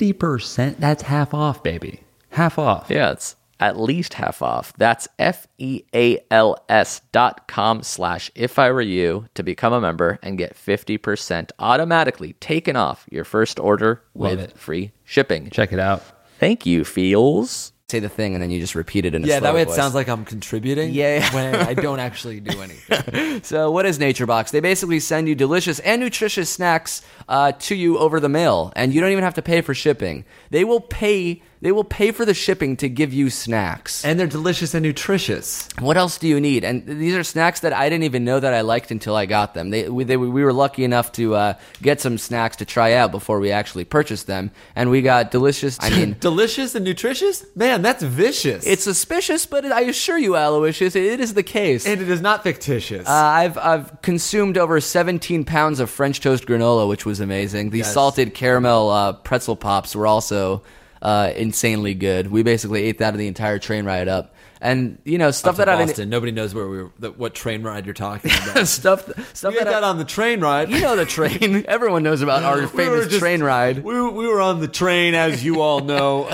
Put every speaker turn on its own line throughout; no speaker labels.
50%, that's half off, baby. Half off.
Yeah, it's at least half off. That's F E A L S dot com slash if I were you to become a member and get 50% automatically taken off your first order
Love
with
it.
free shipping.
Check it out.
Thank you, Feels.
Say the thing and then you just repeat it in a
Yeah, that
slower
way it
voice.
sounds like I'm contributing.
Yeah, yeah.
when I don't actually do anything.
So, what is Nature Box? They basically send you delicious and nutritious snacks uh, to you over the mail, and you don't even have to pay for shipping. They will pay. They will pay for the shipping to give you snacks.
and they're delicious and nutritious.
What else do you need? And these are snacks that I didn't even know that I liked until I got them. They, we, they, we were lucky enough to uh, get some snacks to try out before we actually purchased them, and we got delicious. I mean,
delicious and nutritious? Man, that's vicious.
it's suspicious, but I assure you, Aloysius, it is the case.
and it is not fictitious.
Uh, I've I've consumed over 17 pounds of French toast granola, which was amazing. The salted caramel uh, pretzel pops were also uh, insanely good. We basically ate that the entire train ride up, and you know stuff
Up to
that I
Boston.
didn't
Nobody knows where we were, that, what train ride you're talking about.
stuff stuff
we had
that, I-
that on the train ride.
you know the train. Everyone knows about our
We were
famous
just-
train ride.
We, were- we were on the train, as you all know.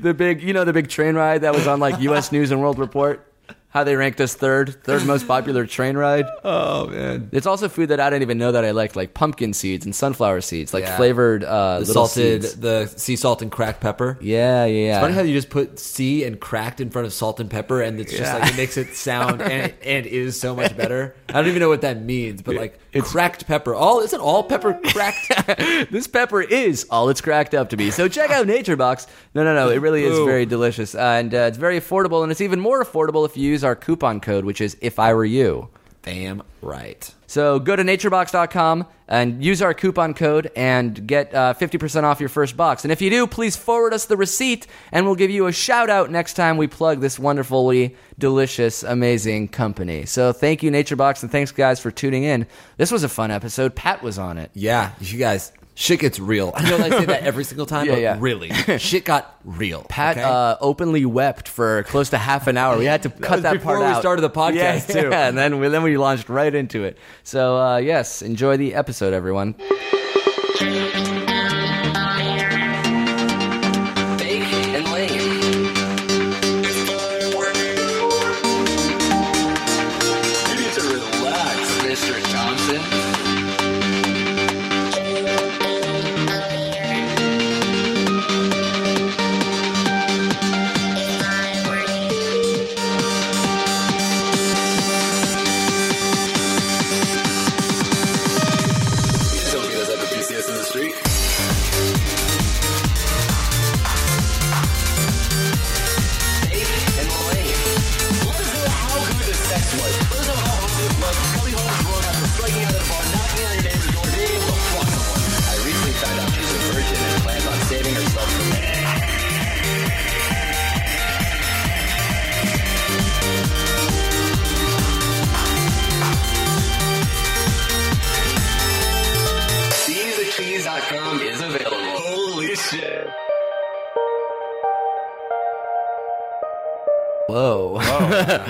the big you know the big train ride that was on like U.S. News and World Report. How they ranked us third, third most popular train ride.
oh man,
It's also food that I didn't even know that I liked, like pumpkin seeds and sunflower seeds, like
Yeah.
flavored uh,
the
little
salted,
seeds.
the sea salt and cracked pepper.
Yeah, yeah, yeah.
It's funny how you just put sea and cracked in front of salt and pepper, and it's just like it makes it sound and, and is so much better. I don't even know what that means, but like cracked pepper. All isn't all pepper cracked?
this pepper is all it's cracked up to be. So check out Nature Box. No, no, no. It really is
Ooh.
very delicious, uh, and uh, it's very affordable, and it's even more affordable if you use our coupon code, which is if I were you.
Damn right.
So go to naturebox.com and use our coupon code and get uh, 50% off your first box. And if you do, please forward us the receipt and we'll give you a shout out next time we plug this wonderfully delicious, amazing company. So thank you, Naturebox, and thanks, guys, for tuning in. This was a fun episode. Pat was on it.
Yeah, you guys, shit gets real. I know I say that every single time,
Yeah,
but
yeah.
really, shit got real.
Pat
okay?
uh, openly wept for close to half an hour. We had to cut
was
that
before
part
we
out.
started the podcast,
Yeah,
too.
yeah, and then we, then we launched right into it. So uh, yes, enjoy the episode, everyone.
SeeTheCheese.com is available. Holy shit.
Whoa.
That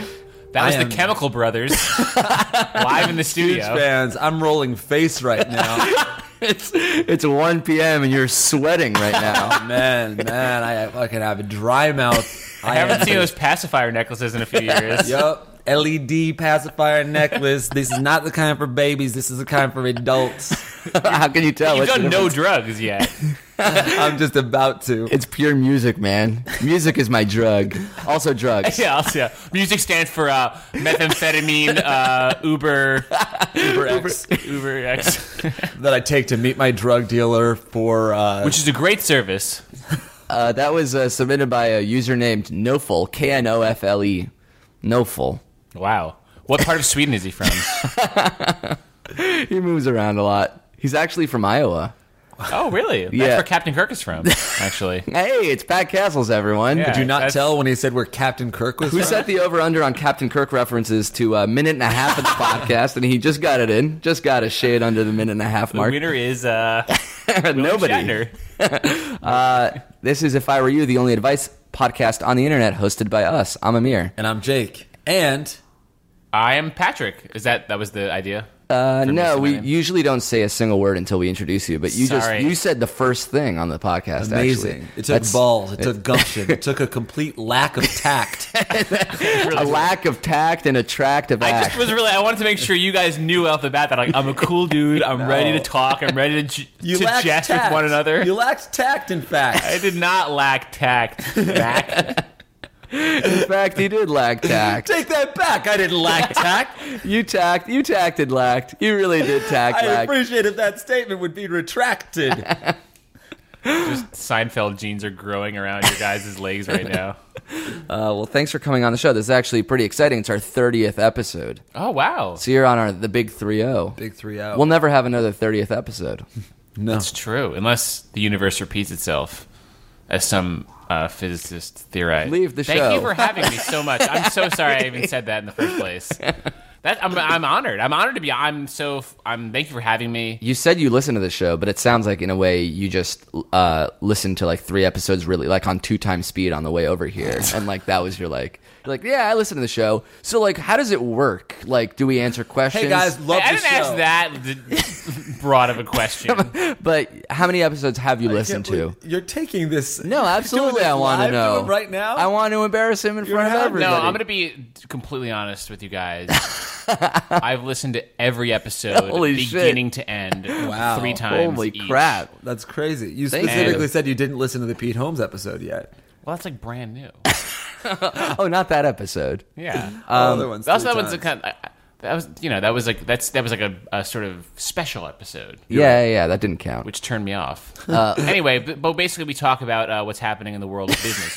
was
I
the
am-
Chemical Brothers live in the
Huge
studio.
fans, I'm rolling face right now.
it's it's
Oh,
1 p.m. and you're sweating right now.
man, man, I fucking have a dry mouth.
I haven't seen those pacifier necklaces in a few years.
Yup. LED pacifier necklace. This is not the kind for babies. This is the kind for adults.
How can you tell?
You've
What's the
done no
difference?
drugs yet.
I'm just about to.
It's pure music, man. Music is my drug. Also drugs.
yeah, I'll see. Music stands for uh, methamphetamine, uh, Uber,
Uber X
Uber X,
that I take to meet my drug dealer for. Uh,
which is a great service.
Uh, that was uh, submitted by a user named Nofle. K N O F L E. Nofle.
Wow. What part of Sweden is he from?
He moves around a lot. He's actually from Iowa.
Oh, really? That's
Yeah.
where Captain Kirk is from, actually.
Hey, it's Pat Castles, everyone.
Yeah.
do not
That's-
tell when he said where Captain Kirk was.
Who
from.
set the over under on Captain Kirk references to a minute and a half of the podcast? And he just got it in. Just got a shade under the minute and a half
The
mark.
winner is uh,
Nobody.
Shatner.
This is If I Were You, the only advice podcast on the internet hosted by us. I'm Amir.
And I'm Jake. And
I am Patrick. Is that that was the idea?
Uh, no,
missing my
we
name.
usually don't say a single word until we introduce you, but you
Sorry.
just you said the first thing on the podcast.
amazing.
Actually.
It took
That's
balls. It took gumption. It took a complete lack of tact.
a lack of tact and attractive
I
act.
just was really. I wanted to make sure you guys knew off the bat that like I'm a cool dude. I'm ready to talk. I'm ready to, j-
You
to
lacked
jest with
tact.
one another.
You lacked tact, in fact.
I did not lack tact. Lack.
In fact, he did lack tact.
Take that back. I didn't lack tact.
You tact. You tacted lacked. You really did tact
I
lacked.
appreciate if that statement would be retracted.
Seinfeld jeans are growing around your guys' legs right now.
Uh, well, thanks for coming on the show. This is actually pretty exciting. It's our 30th episode.
Oh wow,
So you're on our the big 30
Big three oh. out.
We'll never have another 30th episode.
no.
it's true. Unless the universe repeats itself, as some uh, physicist theorized.
Leave the
Thank
show.
you for having me so much. I'm so sorry I even said that in the first place. That I'm, I'm honored. I'm honored to be. I'm so. f- I'm. Thank you for having me.
You said you listen to the show, but it sounds like in a way you just uh, listened to like three episodes really like on two times speed on the way over here, and like that was your like you're like yeah I listen to the show. So like how does it work? Like do we answer questions?
Hey guys, love
Hey, I
the
didn't
show.
ask that d- broad of a question.
But how many episodes have you listened to?
You're taking this.
No, absolutely. I want to
live to
know
him right now?
I want to embarrass him in front of
having-
everybody.
No, I'm going to be completely honest with you guys. I've listened to every episode,
Holy shit.
beginning to end,
Wow.
three times.
Holy
each.
crap!
That's crazy. You
Thank
specifically
you.
said you didn't listen to the Pete Holmes episode yet.
Well, that's like brand new.
Oh, not that episode.
Yeah.
All the other ones.
also,
three
that one's a
times.
kind. Of, I- I- that was, you know, that was like that's that was like a, a sort of special episode,
yeah, yeah, yeah, that didn't count.
which turned me off.
Uh.
anyway, but, but basically, we talk about uh, what's happening in the world of business.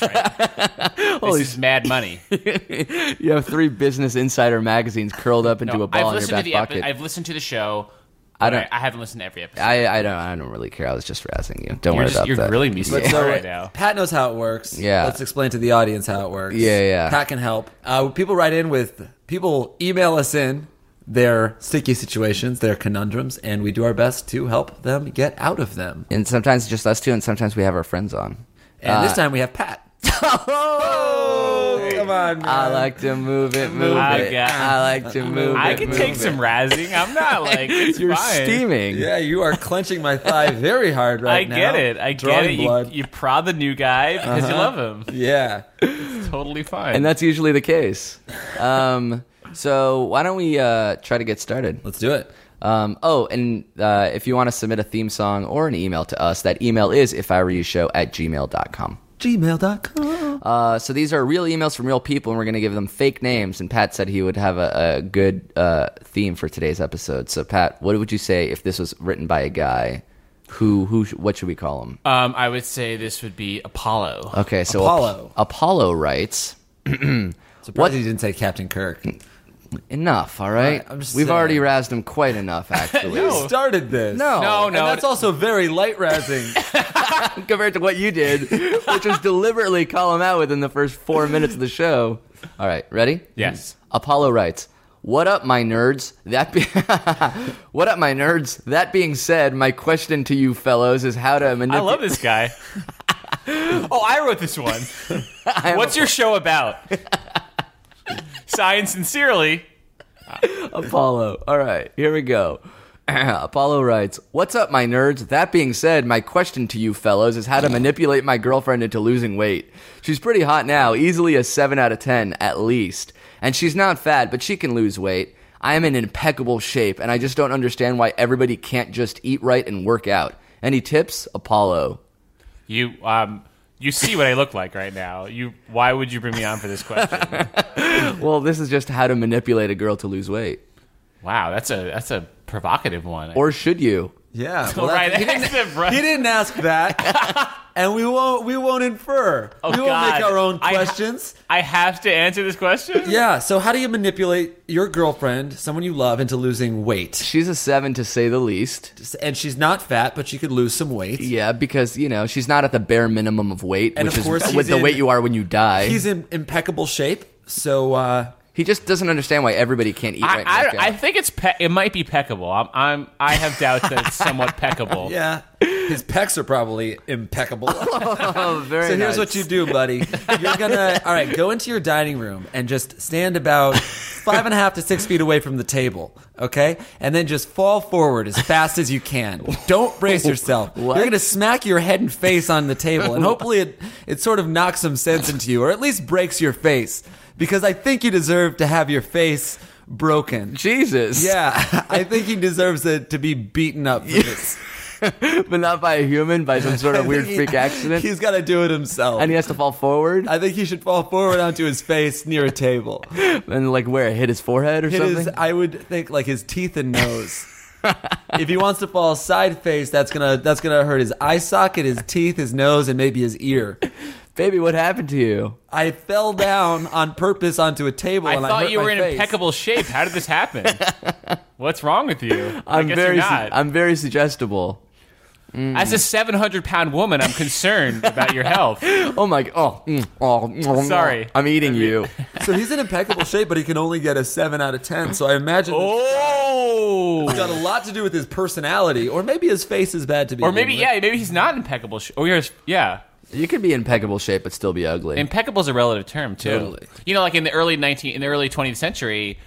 Right? this is mad money.
you have three Business Insider magazines curled up into
No,
a ball
I've
in your
listened to
back
the epi-
pocket.
I've listened to the show.
I
I
don't-
don't. I, haven't listened to every episode.
I, I don't I don't really care. I was just razzing you. Don't
you're
worry
just,
about
you're
that.
grilling me so
But so
hard right now.
Pat knows how it works.
Yeah.
Let's explain to the audience how it works.
Yeah, yeah.
Pat can help. Uh, people write in with people email us in their sticky situations, their conundrums, and we do our best to help them get out of them.
and sometimes it's just us two, and sometimes we have our friends on.
And
Uh,
this time we have Pat. Come on, man.
I like to move it, move
I
it.
got-
I like to move
I
it.
can
move
take
it.
some razzing. I'm not like it's
You're
fine.
steaming.
Yeah, you are clenching my thigh very hard right
I
now.
get it. I
Drawing
get it. You,
blood.
you prod the new guy because
Uh-huh.
you love him.
yeah.
It's totally fine.
And that's usually the case. Um, so why don't we uh, try to get started?
Let's do it.
Um, oh, and uh, if you want to submit a theme song or an email to us, that email is if I were you show at gmail.com.
Gmail.com.
Uh, so these are real emails from real people, and we're going to give them fake names. And Pat said he would have a, a good uh, theme for today's episode. So Pat, what would you say if this was written by a guy? Who who? sh- What should we call him?
Uh,
um, I would say this would be Apollo.
Okay, so
Apollo.
Ap- Apollo writes.
Surprised you didn't say Captain Kirk.
Enough, all right.
I'm just
We've
saying.
already razzed him quite enough, actually.
You started this.
No.
No,
And
no.
that's also very light razzing.
compared to what you did, which was deliberately call him out within the first four minutes of the show. All right, ready?
Yes.
Apollo writes, "What up, my nerds? That be- what up, my nerds? That being said, my question to you fellows is how to
I
manipulate.
love this guy. oh, I wrote this one. What's your show about? Signed sincerely.
Apollo? All right, here we go. Apollo writes, What's up, my nerds? That being said, my question to you fellows is how to manipulate my girlfriend into losing weight. She's pretty hot now, easily a 7 out of 10 at least. And she's not fat, but she can lose weight. I am in impeccable shape, and I just don't understand why everybody can't just eat right and work out. Any tips? Apollo.
You um you see what I look like right now. You why would you bring me on for this question?
Well, this is just how to manipulate a girl to lose weight.
wow, that's a that's a provocative one.
Or should you?
Yeah.
Well,
that-
right,
he, didn't,
that's the right-
he didn't ask that. and we won't we won't infer.
Oh,
we won't
God.
make our own
I-
questions.
I have to answer this question.
yeah, so how do you manipulate your girlfriend, someone you love, into losing weight?
She's a 7 to say the least.
And she's not fat, but she could lose some weight.
Yeah, because you know she's not at the bare minimum of weight,
And
which
of
is
course he's
with the
in-
weight you are when you die.
He's in impeccable shape. So uh
he just doesn't understand why everybody can't eat
I,
right
I,
now.
I think it's pe- it might be peckable. I'm, I'm I have doubts that it's somewhat peckable.
yeah. His pecs are probably impeccable.
oh, very
So here's what you do, buddy. You're gonna all right. Go into your dining room and just stand about five and a half to six feet away from the table, okay? And then just fall forward as fast as you can. Don't brace yourself. You're gonna smack your head and face on the table, and hopefully it it sort of knocks some sense into you, or at least breaks your face, because I think you deserve to have your face broken.
Jesus.
Yeah, I think he deserves it to be beaten up for this.
but not by a human, by some sort of weird
He-
freak accident,
He's got to do it himself.
and he has to fall forward
I think he should fall forward onto his face near a table.
and like where hit his forehead or
It
something.
is, I would think, like his teeth and nose. if he wants to fall side face, that's gonna that's gonna hurt his eye socket, his teeth, his nose, and maybe his ear.
Baby, what happened to you?
I fell down on purpose onto a table.
I
and
thought
hurt
you
my
were in
face.
impeccable shape. How did this happen? What's wrong with you? I
I'm
guess
very,
you're
su-
not.
I'm very suggestible.
As a 700 pound woman, I'm concerned about your health.
Oh my! Oh, mm, oh, mm,
Sorry.
I'm eating you.
So he's in impeccable shape, but he can only get a seven out of ten. So I imagine it's
Oh.
got a lot to do with his personality, or maybe his face is bad to be.
Or maybe yeah, maybe he's not impeccable. Sh- or here's yeah.
You could be in impeccable shape but still be ugly.
Impeccable is a relative term too.
Totally.
You know, like in the early 19 in the early 20th century,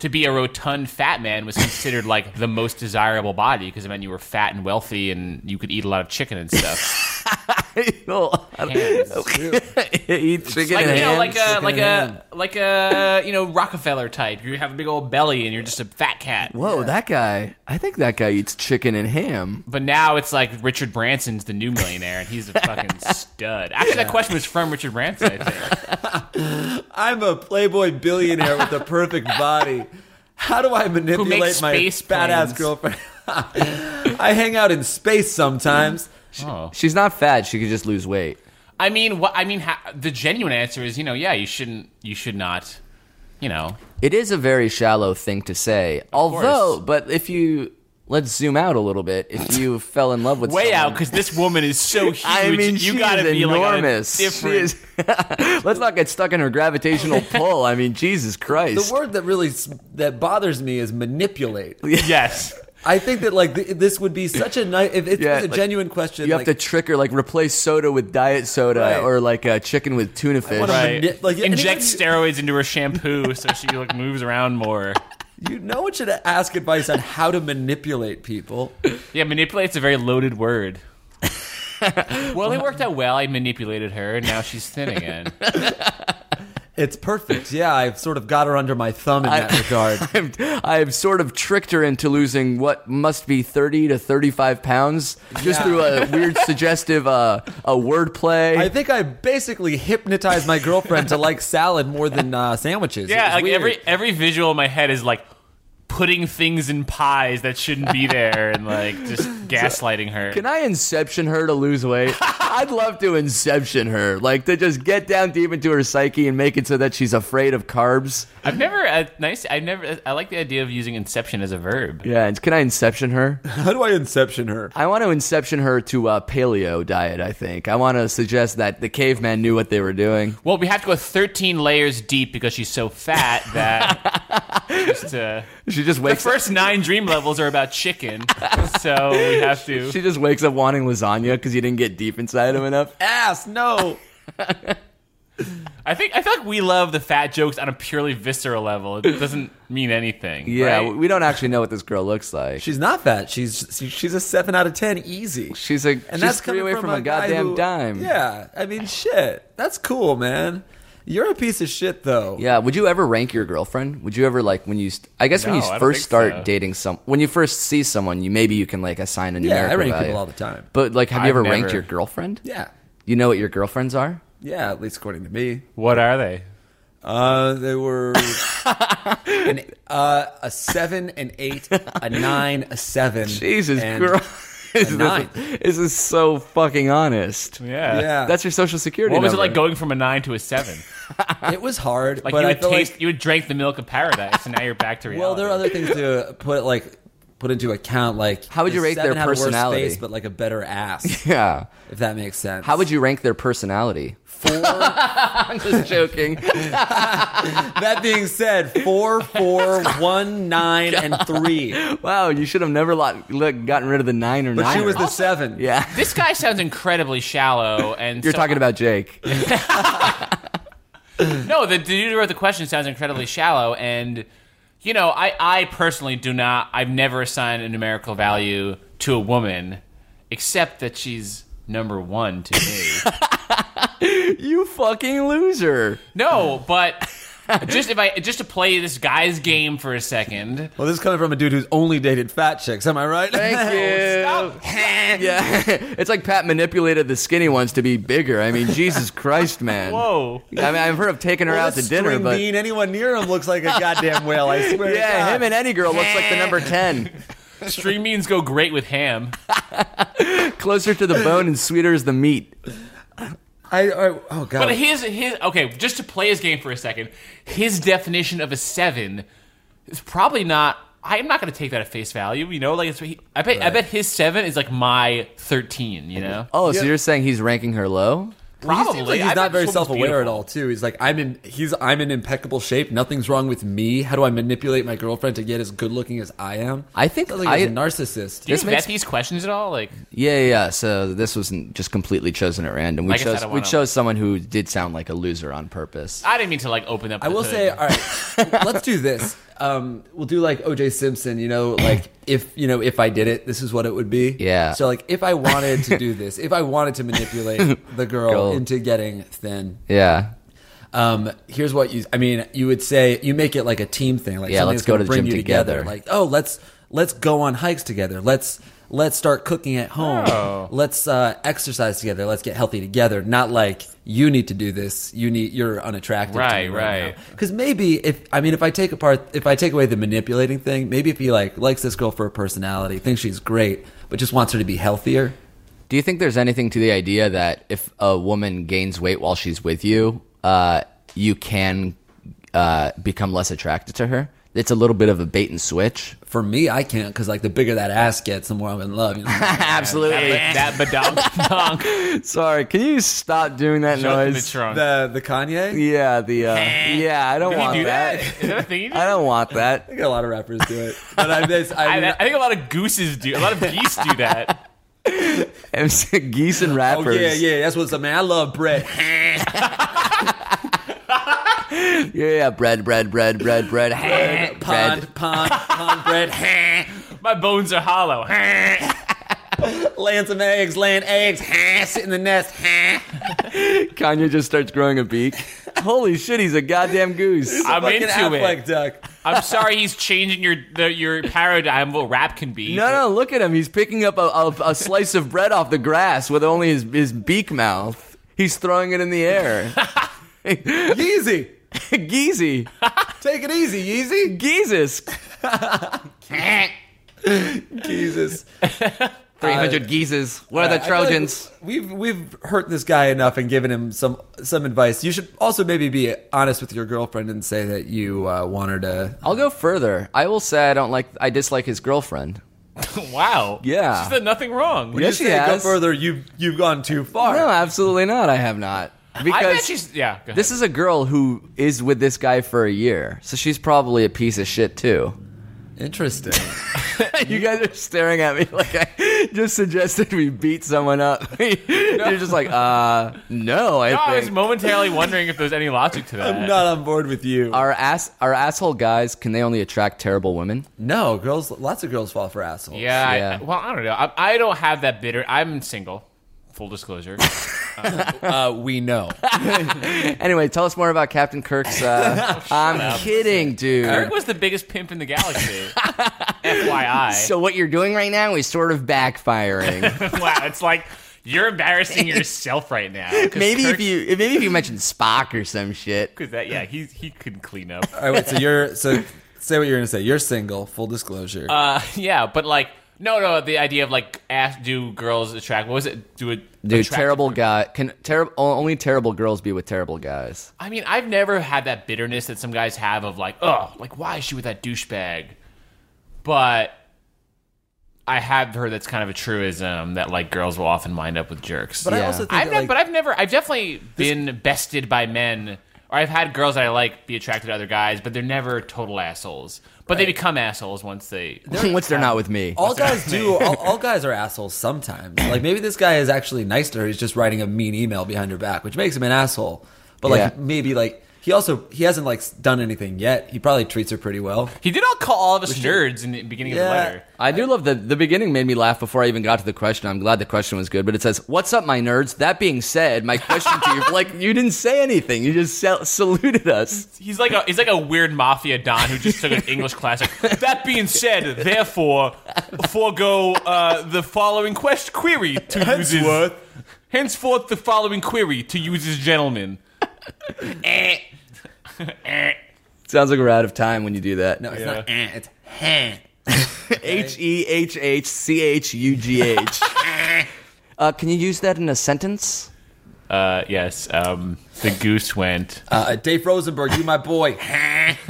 to be a rotund fat man was considered like the most desirable body because it meant you were fat and wealthy and you could eat a lot of chicken and stuff.
Oh, I don't-
Hands.
eat chicken
like
and
you know,
ham.
like a like a like a you know Rockefeller type. You have a big old belly and you're just a fat cat.
Whoa, that guy! I think that guy eats chicken and ham.
But now it's like Richard Branson's the new millionaire and he's a fucking stud. Actually, that question was from Richard Branson. I think.
I'm a playboy billionaire with the perfect body. How do I manipulate
makes
my
space
badass
planes.
girlfriend? I hang out in space sometimes.
Oh.
She's not fat; she could just lose weight.
I mean, what I mean, ha- the genuine answer is, you know, yeah, you shouldn't, you should not, you know,
It is a very shallow thing to say. Although, but if you let's zoom out a little bit, if you fell in love with
way
someone,
out because this woman is so huge.
I mean,
you
she
gotta
is
be
enormous.
like a
She
different.
is- let's not get stuck in her gravitational pull. I mean, Jesus
The
Christ!
word that really s- that bothers me is manipulate.
yes,
I think that like th- this would be such a nice if it
Yeah,
was a
like,
genuine question.
you have
like,
to trick her, like replace soda with diet soda,
Right.
or like uh, chicken with tuna fish.
wanna-
right.
Mani- like, anyone
Inject
who-
steroids into her shampoo so she like moves around more.
you no one should ask advice on how to manipulate people.
Yeah, manipulate's a very loaded word. well, it worked out well. I manipulated her, and now she's thin again.
It's perfect. Yeah, I've sort of got her under my thumb in that regard.
I've, I've sort of tricked her into losing what must be 30 to 35 pounds just
Yeah.
through a weird suggestive uh, a wordplay.
I think I basically hypnotized my girlfriend to like salad more than uh, sandwiches. It
Yeah,
was
like
weird.
every every visual in my head is like putting things in pies that shouldn't be there, and like just gaslighting her.
Can I inception her to lose weight? I'd love to inception her, like to just get down deep into her psyche and make it so that she's afraid of carbs.
I've never uh, nice. I've never. I like the idea of using inception as a verb.
Yeah, and can I inception her?
How do I inception her?
I want to inception her to a paleo diet, I think. I want to suggest that the caveman knew what they were doing.
Well, we have to go 13 layers deep because she's so fat that just uh,
She just
the
wakes
first nine dream levels are about chicken. So we have to.
she just wakes up wanting lasagna because you didn't get deep inside him enough.
Ass, no.
I think I feel like we love the fat jokes on a purely visceral level. It doesn't mean anything.
Yeah,
right?
we don't actually know what this girl looks like.
She's not fat. She's she's a seven out of ten easy.
She's a she's
and that's
three
coming
away from, a
guy
goddamn
who-
dime.
Yeah, I mean, shit. That's cool, man. You're a piece of shit, though.
Yeah, would you ever rank your girlfriend? Would you ever like when you? st- I guess when
No,
you
I don't
first
think
start
so.
dating some, when you first see someone, you maybe you can like assign a
yeah.
numerical
I rank
value.
people all the time.
But like, have you
I've
ever ranked
never-
your girlfriend?
Yeah,
You know what your girlfriends are?
yeah. At least according to me,
What are they?
uh, they were an, uh, a seven, an eight, a nine, a seven.
Jesus
and
Christ. This is-
nine.
this is so fucking honest.
Yeah.
Yeah,
That's your social security
What was it
number.
like going from a nine to a seven?
it was hard.
Like
but
you
I
would
feel
taste,
like,
you would drink the milk of paradise, and now you're back to reality.
well, there are other things to put like put into account. Like
How would you
the
rate their
seven had a worse
personality?
face, but like a better ass,
Yeah.
if that makes sense.
How would you rank their personality? I'm just joking.
That being said, four, four, one, nine, and three.
wow, you should have never lo- look, gotten rid of the nine or
But
nine.
she was the seven.
yeah.
This guy sounds incredibly shallow, and
You're
so-
talking about Jake.
no. The dude who wrote the question sounds incredibly shallow, and you know, I I personally do not. I've never assigned a numerical value to a woman, except that she's number one to me.
you fucking loser.
No, but just if I just to play this guy's game for a second.
Well, this is coming from a dude who's only dated fat chicks. Am I right?
Thank you. yeah. it's like Pat manipulated the skinny ones to be bigger. I mean, Jesus Christ, man.
Whoa.
I mean, I've heard of taking her
Well,
out
this
to dinner,
string
but
bean, anyone near him looks like a goddamn whale. I swear. to
yeah,
God.
him and any girl looks like the number ten.
String beans go great with ham.
Closer to the bone and sweeter is the meat.
I, I- oh god.
But his his okay, just to play his game for a second, his definition of a seven is probably not. I'm not going to take that at face value. You know, like it's, he, I bet I bet his seven is like my thirteen. You know,
Oh, so you're saying he's ranking her low?
probably
He seems like
I
he's
bet
not very
this woman's
self-aware at
beautiful.
all, too. He's like, I'm in. He's I'm in impeccable shape. Nothing's wrong with me. How do I manipulate my girlfriend to get as good looking as I am?
I think
Sounds like
I-
he's a narcissist.
Do you
This
vet
makes-
these questions at all? Like,
Yeah, yeah. yeah. So this wasn't just completely chosen at random. We
Like I said,
chose
I
we
wanna-
chose someone who did sound like a loser on purpose.
I didn't mean to like open up.
I
the
will
hood.
say, all right, let's do this. Um, we'll do like O.J. Simpson. You know, like if you know if I did it, this is what it would be.
Yeah.
So like, if I wanted to do this, if I wanted to manipulate the girl,
Girl.
into getting thin,
Yeah.
um, here's what you. I mean, you would say you make it like a team thing. Like
Yeah,
something
let's
that's
go to
gonna
the
bring
gym
you together.
together.
Like, oh, let's let's go on hikes together. Let's let's start cooking at home.
Oh.
Let's uh, exercise together. Let's get healthy together. Not like you need to do this. You need you're unattractive.
Right,
to me
right.
Because maybe if I mean if I take apart if I take away the manipulating thing, maybe if he like likes this girl for her personality, thinks she's great, but just wants her to be healthier.
Do you think there's anything to the idea that if a woman gains weight while she's with you, uh, you can uh, become less attracted to her? It's a little bit of a bait and switch.
For me, I can't because like the bigger that ass gets, the more I'm in love. You know?
Absolutely.
that badonk donk
Sorry, can you stop doing that
in the trunk.
the the Kanye.
Yeah, the uh, yeah, I don't
Did he
want
do
that.
that? Is that a thing? He did?
I don't want that.
I think a lot of rappers do it, but I, this, I, mean,
I, I think a lot of gooses do. A lot of geese do that.
Geese and
oh
rappers.
yeah, yeah, that's what's up, man. I love bread.
yeah, yeah. Bread, bread, bread, bread, bread. bread.
Pond, pond, pond bread.
My bones are hollow.
Laying some eggs, laying eggs. Sit in the nest.
Kanye just starts growing a beak. Holy shit, he's a goddamn goose.
I'm
Fucking
into
Affleck
it.
duck.
I'm sorry, he's changing your the, your paradigm of what rap can be.
No, no, look at him. He's picking up a, a, a slice of bread off the grass with only his, his beak mouth. He's throwing it in the air.
Yeezy,
Geezy.
take it easy, Yeezy.
Geezus.
Jesus,
300 geezes. Where are the
I feel like
Trojans?
we've we've hurt this guy enough and given him some some advice. You should also maybe be honest with your girlfriend and say that you uh, want her to.
I'll go further. I will say I don't like, I dislike his girlfriend.
Wow.
Yeah.
She said nothing wrong.
Yes,
You
she
say Go
has.
further. You've you've gone too far.
No, absolutely not. I have not. Because
I bet she's yeah. Go ahead.
this is a girl who is with this guy for a year, so she's probably a piece of shit too.
Interesting.
you guys are staring at me like I,
just suggested we beat someone up. You're just like, uh, no, I
I was
think.
momentarily wondering if there's any logic to that.
not on board with you.
Are ass are asshole guys? Can they only attract terrible women?
No, girls. Lots of girls fall for assholes.
Yeah. I-
Yeah.
well, I don't know. I, I don't have that bitter. I'm single. Full disclosure.
uh, we know.
Anyway, tell us more about Captain Kirk's. Uh, I'm kidding, dude.
Kirk was the biggest pimp in the galaxy. FYI.
So what you're doing right now is sort of backfiring.
wow, it's like you're embarrassing yourself right now. 'Cause
maybe if
Kirk's-
you if- maybe if you mentioned Spock or some shit.
'cause that, yeah, he he could clean up.
All right, wait. So you're so say what you're gonna say. You're single. Full disclosure.
Uh, yeah, but like, no, no, the idea of like, ask, do girls attract? What was it? Do it?
Dude,
attract-
terrible guy. Can terrible only terrible girls be with terrible guys?
I mean, I've never had that bitterness that some guys have of like, oh, like why is she with that douchebag? But I have heard that's kind of a truism that like girls will often wind up with jerks.
but I
yeah.
also think that,
I've never,
like,
but I've never, I've definitely been bested by men, or I've had girls that I like be attracted to other guys, but they're never total assholes. But they become assholes once they.
Once they're not with me.
all guys do. All, all guys are assholes sometimes. Like maybe this guy is actually nice to her. He's just writing a mean email behind her back, which makes him an asshole. But like
Yeah.
maybe like he also he hasn't like done anything yet. He probably treats her pretty well.
He did all call all of us nerds in the beginning of
Yeah.
the letter.
I do love the the beginning made me laugh before I even got to the question. I'm glad the question was good, but it says, "What's up, my nerds?" That being said, my question to you, like you didn't say anything. You just sal- saluted us.
He's like a he's like a weird mafia don who just took an English class. Like, that being said, therefore, forego uh, the following quest query to use his, henceforth the following query to use as gentleman. Eh. Eh.
Sounds like we're out of time when you do that.
No, it's not. Eh, it's
H E H H C H U G H. Uh, Can you use that in a sentence?
Uh, yes, um, the goose went.
uh, Dave Rosenberg. You my boy.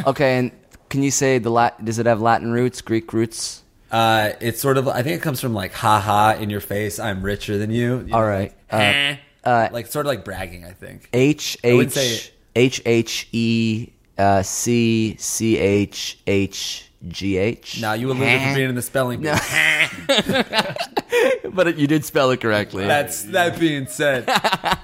Okay, and can you say the Lat? Does it have Latin roots, Greek roots?
Uh, it's sort of. I think it comes from like haha in your face. I'm richer than you. You know,
All right. Uh,
Eh.
like, like sort of like bragging. I think.
H
would say-
H H H E uh, C C H H G H.
Now you alluded to being in the spelling bee.
but it- you did spell it correctly.
That's that being said,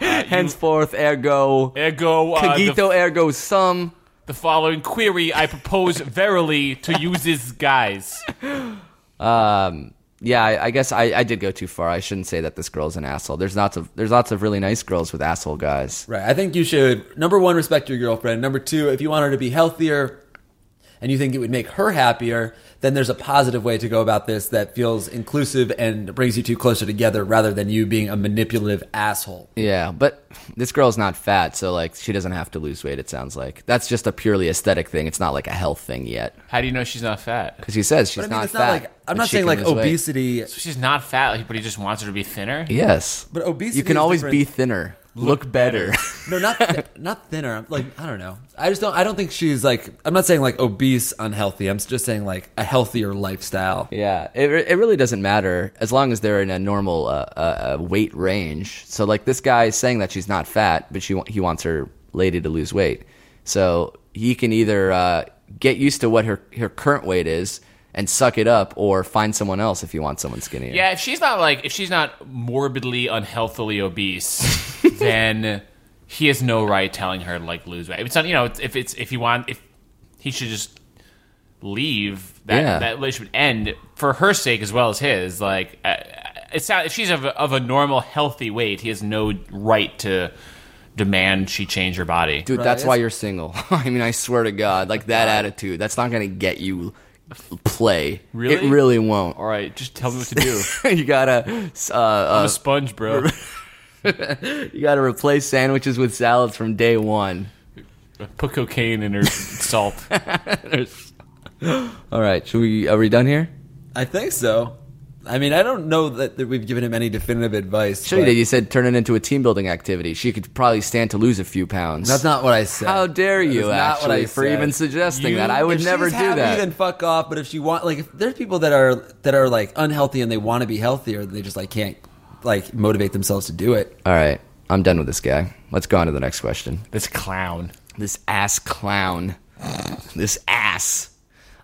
Henceforth, ergo,
Ergo, uh, the,
cogito, ergo sum.
the following query I propose verily to use as guys.
Um, yeah, I, I guess I, I did go too far. I shouldn't say that this girl's an asshole. There's lots of there's lots of really nice girls with asshole guys.
right? I think you should number one respect your girlfriend. Number two, if you want her to be healthier, and you think it would make her happier, then there's a positive way to go about this that feels inclusive and brings you two closer together, rather than you being a manipulative asshole.
Yeah, but this girl's not fat, so like she doesn't have to lose weight. It sounds like that's just a purely aesthetic thing. It's not like a health thing yet,
How do you know she's not fat?
because he says she's
But I mean,
not
it's
fat.
not like I'm
but
not
she
saying
can
like
lose weight.
obesity.
She's not fat, like, but he just wants her to be thinner.
Yes,
But obesity
you can
is
always be
different.
thinner, look better.
No, not thi- not thinner. I'm Like I don't know. I just don't. I don't think she's like. I'm not saying like obese, unhealthy. I'm just saying like a healthier lifestyle.
yeah, it it really doesn't matter as long as they're in a normal uh, uh, uh, weight range. So like this guy is saying that she's not fat, but she wa- he wants her lady to lose weight. So he can either uh, get used to what her her current weight is and suck it up, or find someone else if you want someone skinnier.
Yeah, if she's not like if she's not morbidly unhealthily obese, then he has no right telling her to like lose weight. It's not you know if it's if he want if he should just leave that
Yeah.
that relationship would end for her sake as well as his. Like uh, it's not if she's of a, of a normal healthy weight, he has no right to demand she change her body.
Dude, that's why you're single. I mean, I swear to God, like that attitude, that's not gonna get you play.
Really?
It really won't.
All right, just tell me what to do.
you gotta, uh,
I'm
uh,
a sponge, bro.
you gotta replace sandwiches with salads from day one.
Put cocaine in her salt.
All right, should we? Are we done here?
I think so. I mean, I don't know that, that we've given him any definitive advice.
Sure, you
but
did. You said turn it into a team building activity. She could probably stand to lose a few pounds.
That's not what I said.
How dare
That is
you,
not what
actually,
I
for
said.
even suggesting
You-
that? I would
If
never
she's
do
happy,
that.
Then fuck off. But if she want, like, if there's people that are that are like unhealthy and they want to be healthier, they just like can't like motivate themselves to do it.
All right, I'm done with this guy. Let's go on to the next question.
This clown.
This ass clown. this ass.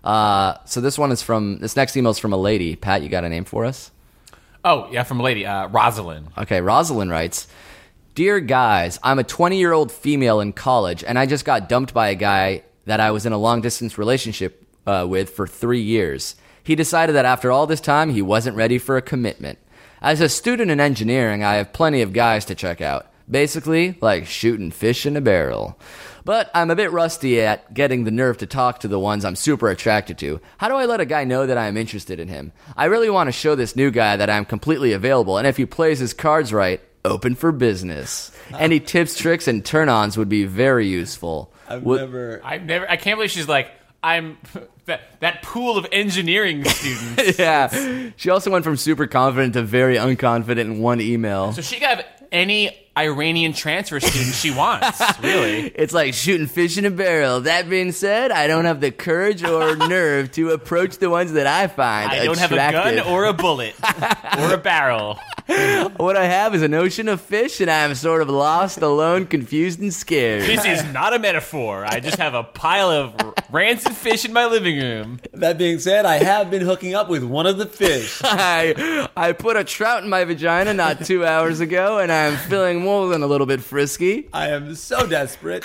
Uh, so this one is from this next email is from a lady. Pat, you got a name for us?
Oh, yeah, from a lady, uh, Rosalind.
Okay, Rosalind writes Dear guys, I'm a 20 year old female in college, and I just got dumped by a guy that I was in a long distance relationship uh, with for three years. He decided that after all this time, he wasn't ready for a commitment. As a student in engineering, I have plenty of guys to check out. Basically, like shooting fish in a barrel. But I'm a bit rusty at getting the nerve to talk to the ones I'm super attracted to. How do I let a guy know that I am interested in him? I really want to show this new guy that I'm completely available, and if he plays his cards right, open for business. Any tips, tricks, and turn ons would be very useful.
I've
Wo-
never.
I've never. I can't believe she's like. I'm that that pool of engineering students.
Yeah. She also went from super confident to very unconfident in one email.
so she got any Iranian transfer student she wants. Really?
It's like shooting fish in a barrel. That being said, I don't have the courage or nerve to approach the ones that I find
I don't have a gun
attractive.
or a bullet or a barrel.
What I have is an ocean of fish, and I am sort of lost, alone, confused, and scared.
This is not a metaphor. I just have a pile of rancid fish in my living room.
That being said, I have been hooking up with one of the fish.
I, I put a trout in my vagina not two hours ago, and I'm feeling more than a little bit frisky.
I am so desperate.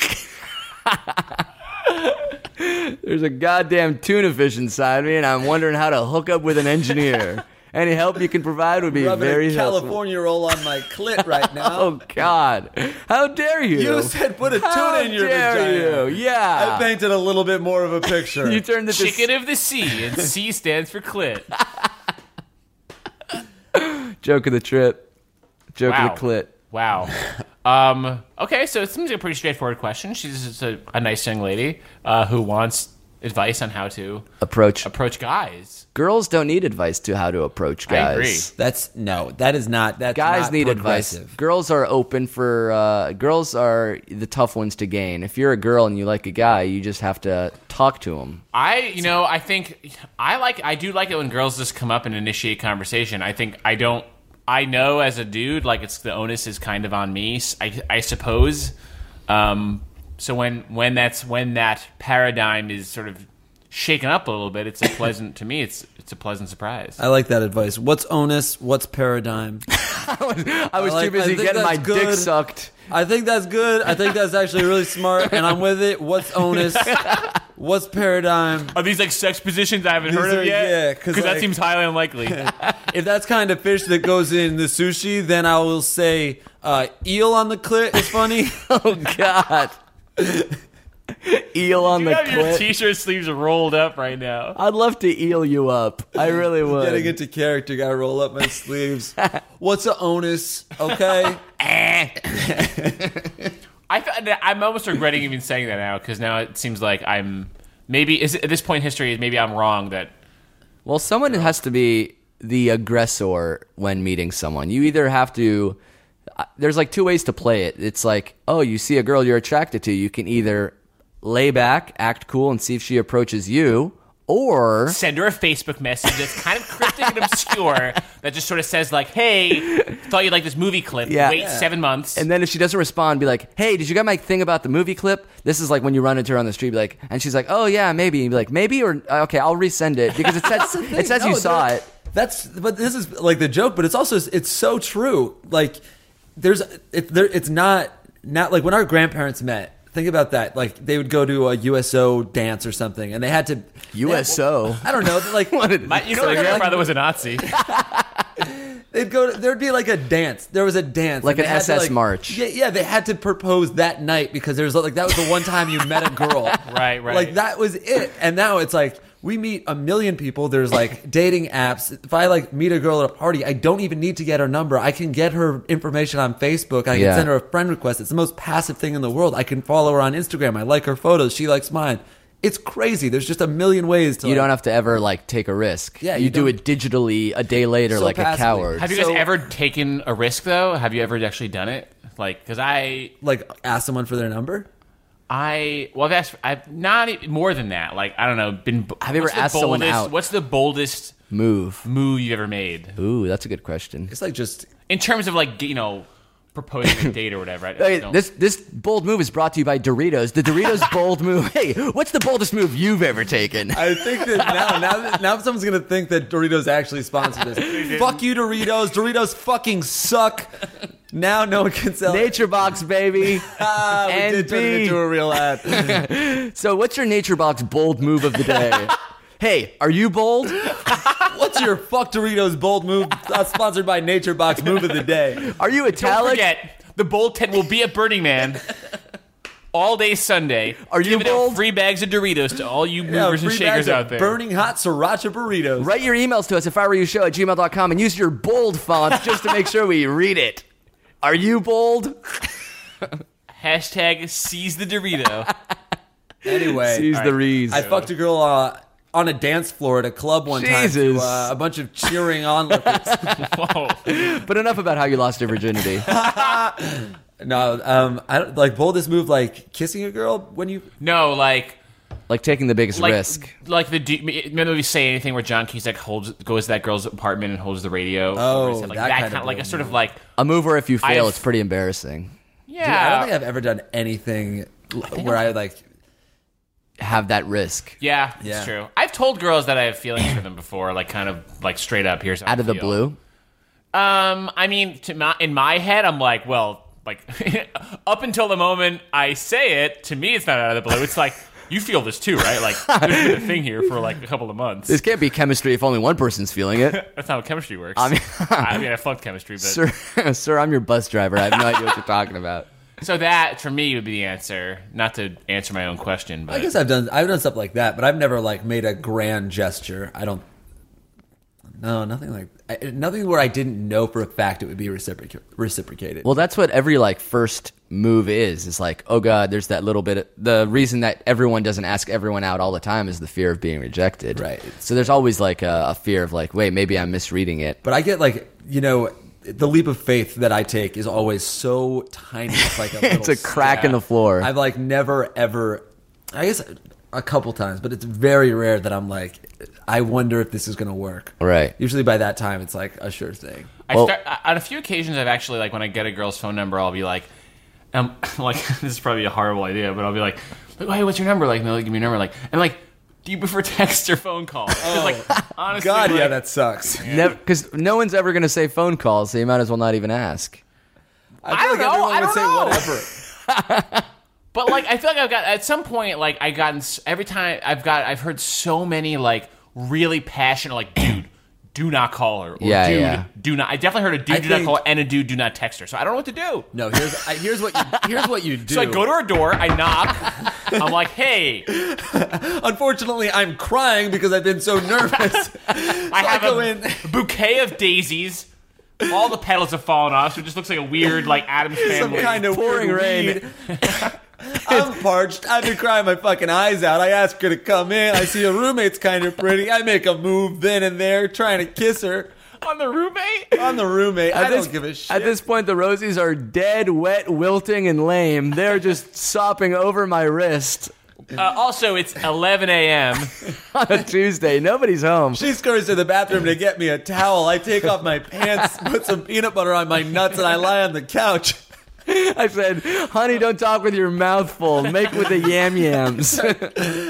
There's a goddamn tuna fish inside me, and I'm wondering how to hook up with an engineer. Any help you can provide would be
Rubbing
very
a
helpful.
California roll on my clit right now.
Oh God! How dare you?
You said put a tuna
How
in your
dare
vagina.
you? Yeah.
I painted a little bit more of a picture.
you turned it to
Chicken of the sea, and C stands for clit.
joke of the trip, joke
Wow.
of the clit.
Wow. Um, okay, so it seems like a pretty straightforward question. She's just a, a nice young lady uh, who wants advice on how to
Approach.
approach guys.
Girls don't need advice to how to approach guys.
I agree.
That's no. That is not. That's
Guys
not
need advice.
progressive.
Girls are open for. Uh, girls are the tough ones to gain. If you're a girl and you like a guy, you just have to talk to him.
I, you know, I think I like, I do like it when girls just come up and initiate conversation. I think I don't, I know as a dude, like it's the onus is kind of on me, s- I, I suppose. Um, so when, when that's, when that paradigm is sort of shaken up a little bit, it's a pleasant, to me, it's, it's a pleasant surprise.
I like that advice. What's onus? What's paradigm?
I was
I like-
too busy
I think
getting my
that's
dick
good.
sucked.
I think that's good. I think that's actually really smart, and I'm with it. What's onus? What's paradigm?
Are these like sex positions I haven't heard
These
of
are-
yet?
yeah, 'cause,
because that
like-
seems highly unlikely.
If that's kind of fish that goes in the sushi, then I will say uh, eel on the clit is funny.
Oh God. Eel on
you
the
have your
clit.
t-shirt sleeves rolled up right now.
I'd love to eel you up. I really would.
Getting into character, gotta roll up my sleeves. What's a onus? Okay.
I th- I'm almost regretting even saying that now because now it seems like I'm maybe is, at this point in history maybe I'm wrong that
Well, someone has to be the aggressor when meeting someone. You either have to. uh, There's like two ways to play it. It's like, oh, you see a girl you're attracted to. You can either lay back, act cool, and see if she approaches you, or
send her a Facebook message that's kind of cryptic and obscure that just sort of says like, "Hey, thought you'd like this movie clip.
Yeah.
Wait
Yeah.
seven months."
And then if she doesn't respond, be like, "Hey, did you get my thing about the movie clip?" This is like when you run into her on the street, be like, and she's like, "Oh yeah, maybe." And be like, "Maybe or uh, okay, I'll resend it because it says it says you
No,
saw
that-
it."
That's but this is like the joke, but it's also it's so true. Like there's it, there, it's not not like when our grandparents met. Think about that. Like they would go to a USO dance or something, and they had to
USO.
I don't know. Like
my, you know, my
like-
grandfather was a Nazi.
They'd go. To, there'd be like a dance. There was a dance,
Like
and
an
they had to,
SS march.
Yeah, yeah. They had to propose that night because there was like that was the one time you met a girl.
Right, right.
Like that was it. And now it's like we meet a million people. There's like dating apps. If I like meet a girl at a party, I don't even need to get her number. I can get her information on Facebook. I
Yeah.
can send her a friend request. It's the most passive thing in the world. I can follow her on Instagram. I like her photos. She likes mine. It's crazy. There's just a million ways to.
You
like,
don't have to ever like take a risk.
Yeah,
you,
you
do
don't-
it digitally a day later,
So
like a
passively.
coward.
Have you
So-
guys ever taken a risk though? Have you ever actually done it? Like, because I
like ask someone for their number.
I well, I've asked. I've not e- more than that. Like I don't know. Been
Have you ever
what's the
asked someone
boldest-
out?
What's the boldest
Move.
move you've ever made
Ooh, that's a good question.
It's like just
in terms of like you know proposing a date or whatever. I, I
Hey,
don't-
this this bold move is brought to you by Doritos. The Doritos bold move. Hey, what's the boldest move you've ever taken?
I think that now, now, that- now someone's gonna think that Doritos actually sponsored this. fuck you, Doritos. Doritos fucking suck. Now no one can sell.
Nature Box, baby.
Ah, we
and
did turn it
B.
into a real ad.
so, what's your Nature Box bold move of the day? hey, are you bold?
What's your fuck Doritos bold move? Uh, sponsored by Nature Box move of the day.
Are you
Don't
italic?
forget, the bold tent will be at Burning Man all day Sunday.
Are you
giving out
bold?
free bags of Doritos to all you
Yeah,
movers and
free
shakers
bags of
out there.
Burning hot sriracha burritos.
Write your emails to us if I were you show at gmail.com and use your bold font just to make sure we read it. Are you bold?
Hashtag seize the Dorito.
Anyway,
Use the rees.
I fucked a girl uh, on a dance floor at a club one time
Jesus.
to uh, a bunch of cheering onlookers.
Whoa.
But enough about how you lost your virginity.
no, um, I don't, like boldest move, like kissing a girl when you
No, like
like taking the biggest
like,
risk.
Like the do, remember we say anything where John Cusack holds goes to that girl's apartment and holds the radio.
Oh,
over his head, like
that kind of
like a
bold
sort of like
A move where if you fail,
I've-
it's pretty embarrassing.
I
yeah,
don't think I've ever done anything where I like.
Have that risk.
yeah, it's
Yeah.
true. I've told girls that I have feelings for them before, like kind of like straight up. Here's how I
Out of the
feel.
blue.
Um, I mean, to my, in my head, I'm like, well, like up until the moment I say it, to me, it's not out of the blue. It's like. You feel this too, right? Like there's been a thing here for like a couple of months.
This can't be chemistry if only one person's feeling it.
That's not how chemistry works. I mean,
mean-
I, flunked chemistry, but
sir, sir, I'm your bus driver. I have no idea what you're talking about.
so that for me would be the answer. Not to answer my own question, but
I guess I've done I've done stuff like that, but I've never like made a grand gesture. I don't. No, nothing like I, nothing where I didn't know for a fact it would be reciproc- reciprocated.
Well, that's what every like first move is. It's like, oh god, there's that little bit. Of, the reason that everyone doesn't ask everyone out all the time is the fear of being rejected.
Right.
So there's always like a, a fear of like, wait, maybe I'm misreading it.
But I get like you know the leap of faith that I take is always so tiny. It's like a
It's
little
a crack in the
yeah.
floor.
I've like never ever. I guess a couple times, but it's very rare that I'm like, I wonder if this is gonna work.
Right.
Usually by that time, it's like a sure thing.
I start, I- on a few occasions, I've actually like when I get a girl's phone number, I'll be like, um, like this is probably a horrible idea, but I'll be like, like, hey, what's your number? Like, and they'll give me a number, like, and like, do you prefer text or phone call? 'Cause, like, honestly,
Oh. God, yeah,
like,
that sucks.
because no one's ever going to say phone calls, so you might as well not even ask.
I feel
I don't know, I
like everyone
don't
would
know.
say whatever.
But like, I feel like I've got at some point, like I gotten s- every time I've got I've heard so many like really passionate, like dude, do not call her, or
Yeah,
dude,
yeah.
do not. I definitely heard a dude
I
do not
think-
call her and a dude do not text her. So I don't know what to do.
No, here's I, here's what you, here's what you do.
So I go to her door, I knock, I'm like, hey,
Unfortunately, I'm crying because I've been so nervous.
I have
go
a
in.
bouquet of daisies. All the petals have fallen off, so it just looks like a weird like Adam's
Some
family.
kind of
pouring
weird
rain.
weed. I'm parched. I've been crying my fucking eyes out. I ask her to come in. I see her roommate's kind of pretty. I make a move then and there, trying to kiss her.
on the roommate.
I'm the roommate. I
At this-
don't give a shit.
At this point, the rosies are dead, wet, wilting, and lame. They're just sopping over my wrist
Uh, also, it's 11 a.m.
on a Tuesday. Nobody's home.
She scurries to the bathroom to get me a towel. I take off my pants, put some peanut butter on my nuts, and I lie on the couch.
I said, honey, don't talk with your mouth full. Make with the yam yams.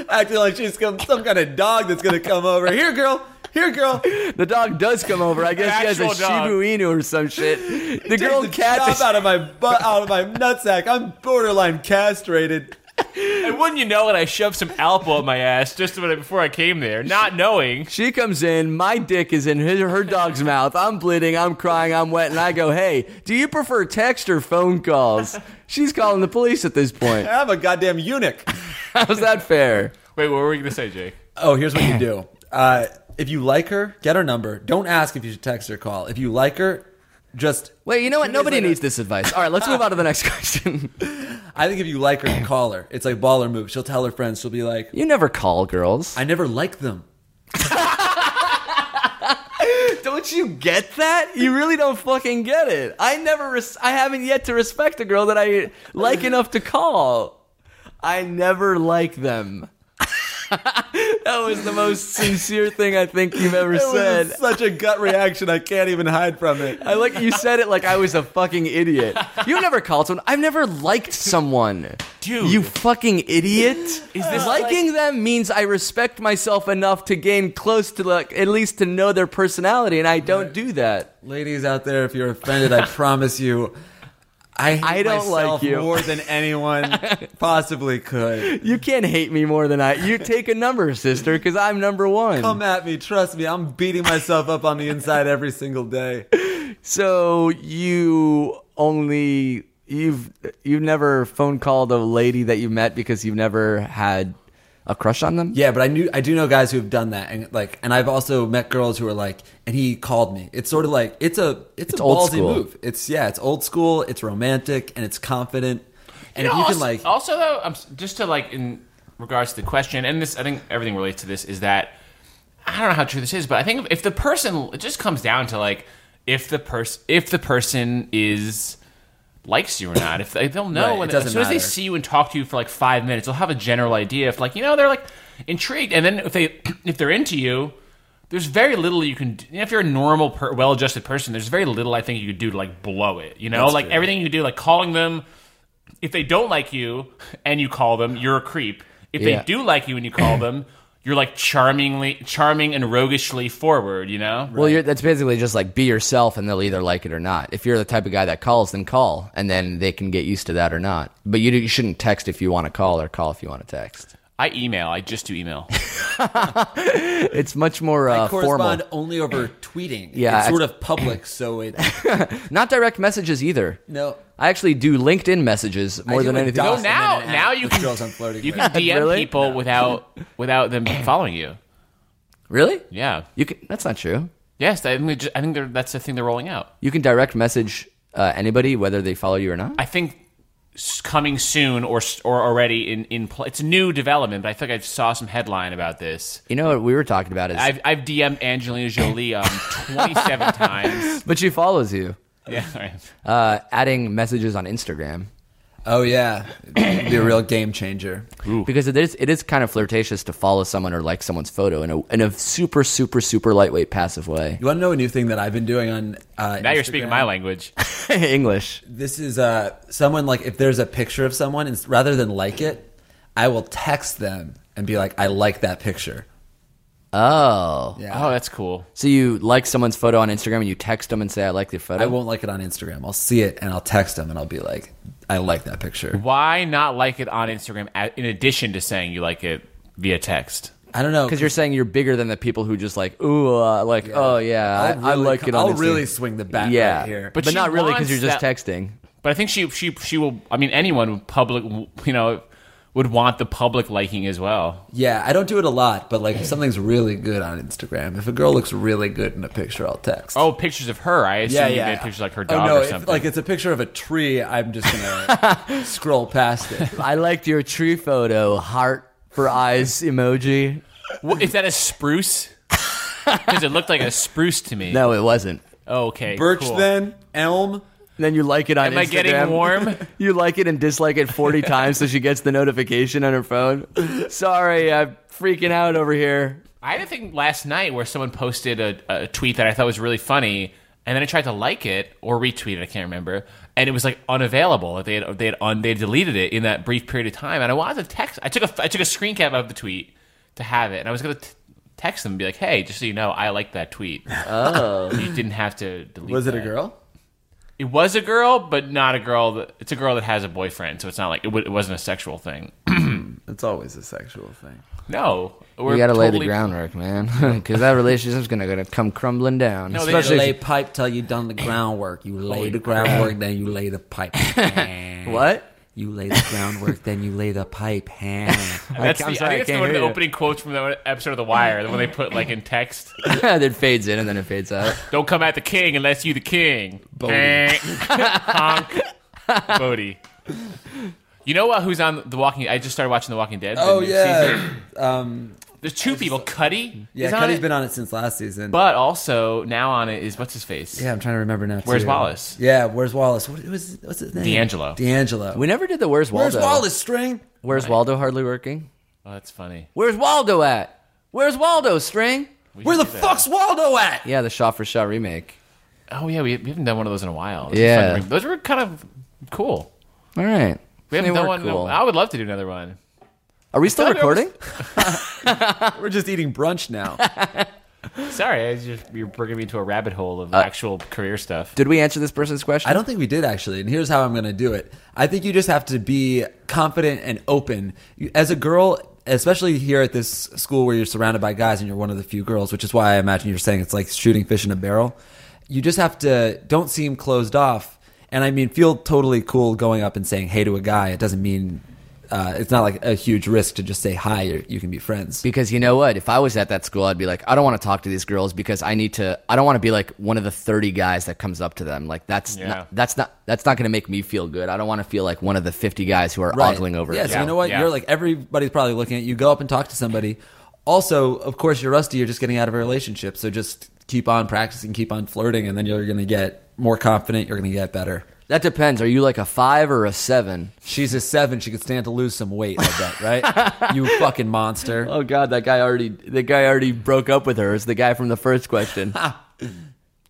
acting like she's some, some kind of dog that's gonna come over. Here, girl. Here, girl.
the dog does come over. I guess she has a
Actual dog.
Shibu Inu or some shit. The girl
Take the
cat.
chop out of my butt, out of my nutsack. I'm borderline castrated.
And wouldn't you know it, I shoved some Alpo up my ass just when I- before I came there, not knowing.
She comes in, my dick is in her, her dog's mouth. I'm bleeding, I'm crying, I'm wet, and I go, hey, do you prefer text or phone calls? She's calling the police at this point.
I'm a goddamn eunuch.
How's that fair?
Wait, what were you gonna say, Jake?
Oh, here's what you do. Uh, if you like her, get her number. Don't ask if you should text or call. If you like her, just
Wait, you know what?
Two days
Nobody
later.
needs this advice. All right, let's move on to the next question.
I think if you like her, call her. It's like baller move. She'll tell her friends. She'll be like,
You never call girls.
I never liked them.
Don't you get that? You really don't fucking get it. I never, res- I haven't yet to respect a girl that I like enough to call. I never like them.
That was the most sincere thing I think you've ever
It
said.
was such a gut reaction. I can't even hide from it.
I like you said it like I was a fucking idiot. You never called someone. I've never liked someone.
Dude.
You fucking idiot. Is this liking them means I respect myself enough to gain close to like at least to know their personality and I don't do that.
Ladies out there, if you're offended, I promise you, I hate
I don't like
myself
you.
more than anyone possibly could.
You can't hate me more than I. You take a number, sister, cuz I'm number 1.
Come at me, trust me. I'm beating myself up on the inside every single day.
So you only you've you've never phone called a lady that you met because you've never had a crush on them?
Yeah, but I knew I do know guys who have done that, and like, and I've also met girls who are like, and he called me. It's sort of like it's a it's, a
old
ballsy
school.
move. It's yeah, it's old school. It's romantic and it's confident. And if
No,
you
also,
can like,
also though, I'm, s- just to like in regards to the question, and this, I think everything relates to this is that I don't know how true this is, but I think if, if the person, it just comes down to like if the person, if the person is likes you or not, if they, they'll know
Right,
when
it
they, as
doesn't
soon as they
matter.
see you and talk to you for like five minutes, they'll have a general idea if like you know they're like intrigued, and then if they if they're into you. There's very little you can. Do. If you're a normal, per, well-adjusted person, there's very little I think you could do to like blow it. You know, like everything you do, like calling them, if they don't like you and you call them, you're a creep. If
Yeah.
they do like you and you call them, you're like charmingly, charming and roguishly forward. You know,
Well, you're, that's basically just like be yourself, and they'll either like it or not. If you're the type of guy that calls, then call, and then they can get used to that or not. But you, you shouldn't text if you want to call, or call if you want to text.
I email. I just do email.
It's much more uh,
I
formal.
correspond only over tweeting.
Yeah,
it's
I-
sort of public, so it
Not direct messages either.
no.
I actually do LinkedIn messages more
I do
than
a
anything.
dot
No,
and
now-
then an
now
at
you
with
can-
girls I'm flirting
You
with.
can DM
Really?
people without without them following you.
Really?
Yeah.
You can that's not true.
Yes, I think, they ju- I think they're, that's the thing they're rolling out.
You can direct message uh, anybody whether they follow you or not.
I think s- coming soon or s- or already in in pl- it's a new development, but I think I saw some headline about this.
You know what we were talking about is
I've I've DM'd Angelina Jolie um 27 times.
but she follows you.
Yeah. all right.
Uh, adding messages on Instagram
Oh yeah, It'd be a real game changer.
because it is it is kind of flirtatious to follow someone or like someone's photo in a in a super super super lightweight passive way.
You want to know a new thing that I've been doing on? Uh,
Now you're
Instagram?
speaking my language.
English.
This is uh, someone like if there's a picture of someone, and rather than like it, I will text them and be like, "I like that picture."
Oh,
Yeah,
Oh, that's cool.
so you like someone's photo on Instagram and you text them and say I like your photo.
I won't like it on Instagram. I'll see it and I'll text them and I'll be like, "I like that picture."
Why not like it on Instagram a- in addition to saying you like it via text?
I don't know
Because you're saying you're bigger than the people who just like, ooh, uh, like, oh yeah, I,
I'll
I
really
like
co-
it on
I'll
Instagram.
really swing the bat
yeah,
right here.
but,
But she
not really because
wants
you're just
that-
texting.
But I think she she she will. I mean, anyone would public you know would want the public liking as well.
yeah, I don't do it a lot, but like if something's really good on Instagram, if a girl looks really good in a picture, I'll text.
Oh, pictures of her. I assume you made pictures like her dog
oh, no,
or
if,
something.
like it's a picture of a tree, I'm just gonna scroll past it.
I liked your tree photo, heart for eyes emoji.
Wha- is that a spruce? Because it looked like a spruce to me.
No, it wasn't.
Oh, okay.
Birch
cool.
then elm.
Then you like it on
Am I getting warm?
you like it and dislike it 40 times so she gets the notification on her phone. Sorry, I'm freaking out over here.
I had a thing last night where someone posted a, a tweet that I thought was really funny, and then I tried to like it or retweet it. I can't remember, and it was like unavailable. They had they had un, they had deleted it in that brief period of time, and I wanted to text. I took a I took a screen cap of the tweet to have it, and I was gonna. T- Text them and be like, "Hey, just so you know, I like that tweet. Oh, you didn't have to delete.
Was it a
that.
girl?
It was a girl, but not a girl. That, it's a girl that has a boyfriend, so it's not like it, w- it wasn't a sexual thing.
It's always a sexual thing.
No, we're
You gotta lay the
totally-
groundwork, man, because that relationship's gonna, gonna come crumbling down.
No, they-
Especially lay
Especially
pipe till you done the groundwork. You lay the groundwork, then you lay the pipe.
what?
You lay the groundwork, then you lay the pipe. Hand.
That's
I'm sorry, I
the, I think it's
can't
one of the
hear you.
opening quotes from the episode of The Wire, the one they put like in text.
it fades in and then it fades out.
Don't come at the king unless you the king. Bodie. Honk. Bodie. You know what? Who's on The Walking? I just started watching The Walking Dead. the
Oh
new season.
yeah, um,
There's two people. Cuddy.
yeah.
is on
Cuddy's
it,
been on it since last season.
But also now on it is what's his face?
yeah, I'm trying to remember now.
Where's
too.
Wallace?
Yeah, where's Wallace? What was what's his name?
D'Angelo.
D'Angelo.
We never did the Where's Waldo.
where's Wallace? String.
Where's Waldo hardly working?
Oh, that's funny.
Where's Waldo at? Where's Waldo, String?
Where the fuck's Waldo at?
Yeah, the Shaw for Shaw remake.
Oh yeah, we, we haven't done one of those in a while. Those
Yeah.
were fun. those were kind of cool.
All right.
We haven't
They
done
were
one.
cool.
I would love to do another one.
Are we still
Thought it was-
recording?
We're just eating brunch now.
Sorry, I just, you're bringing me to a rabbit hole of actual career stuff.
Did we answer this person's question?
I don't think we did actually, and here's how I'm going to do it. I think you just have to be confident and open. You- As a girl, especially here at this school where you're surrounded by guys and you're one of the few girls, which is why I imagine you're saying it's like shooting fish in a barrel. You just have to don't seem closed off, and I mean feel totally cool going up and saying hey to a guy. It doesn't mean uh, it's not like a huge risk to just say hi. Or you can be friends.
Because you know what? If I was at that school, I'd be like, I don't want to talk to these girls because I need to. I don't want to be like one of the thirty guys that comes up to them. Like that's
Yeah.
not, that's not that's not going to make me feel good. I don't want to feel like one of the fifty guys who are ogling over.
Yeah,
it.
so you know what?
Yeah.
You're like everybody's probably looking at you. Go up and talk to somebody. Also, of course, you're rusty. You're just getting out of a relationship, so just keep on practicing, keep on flirting, and then you're gonna get more confident. You're gonna get better.
That depends. Are you like a five or a seven?
She's a seven. She could stand to lose some weight. I bet, right? you fucking monster.
Oh God, that guy already the guy already broke up with her. It's the guy from the first question.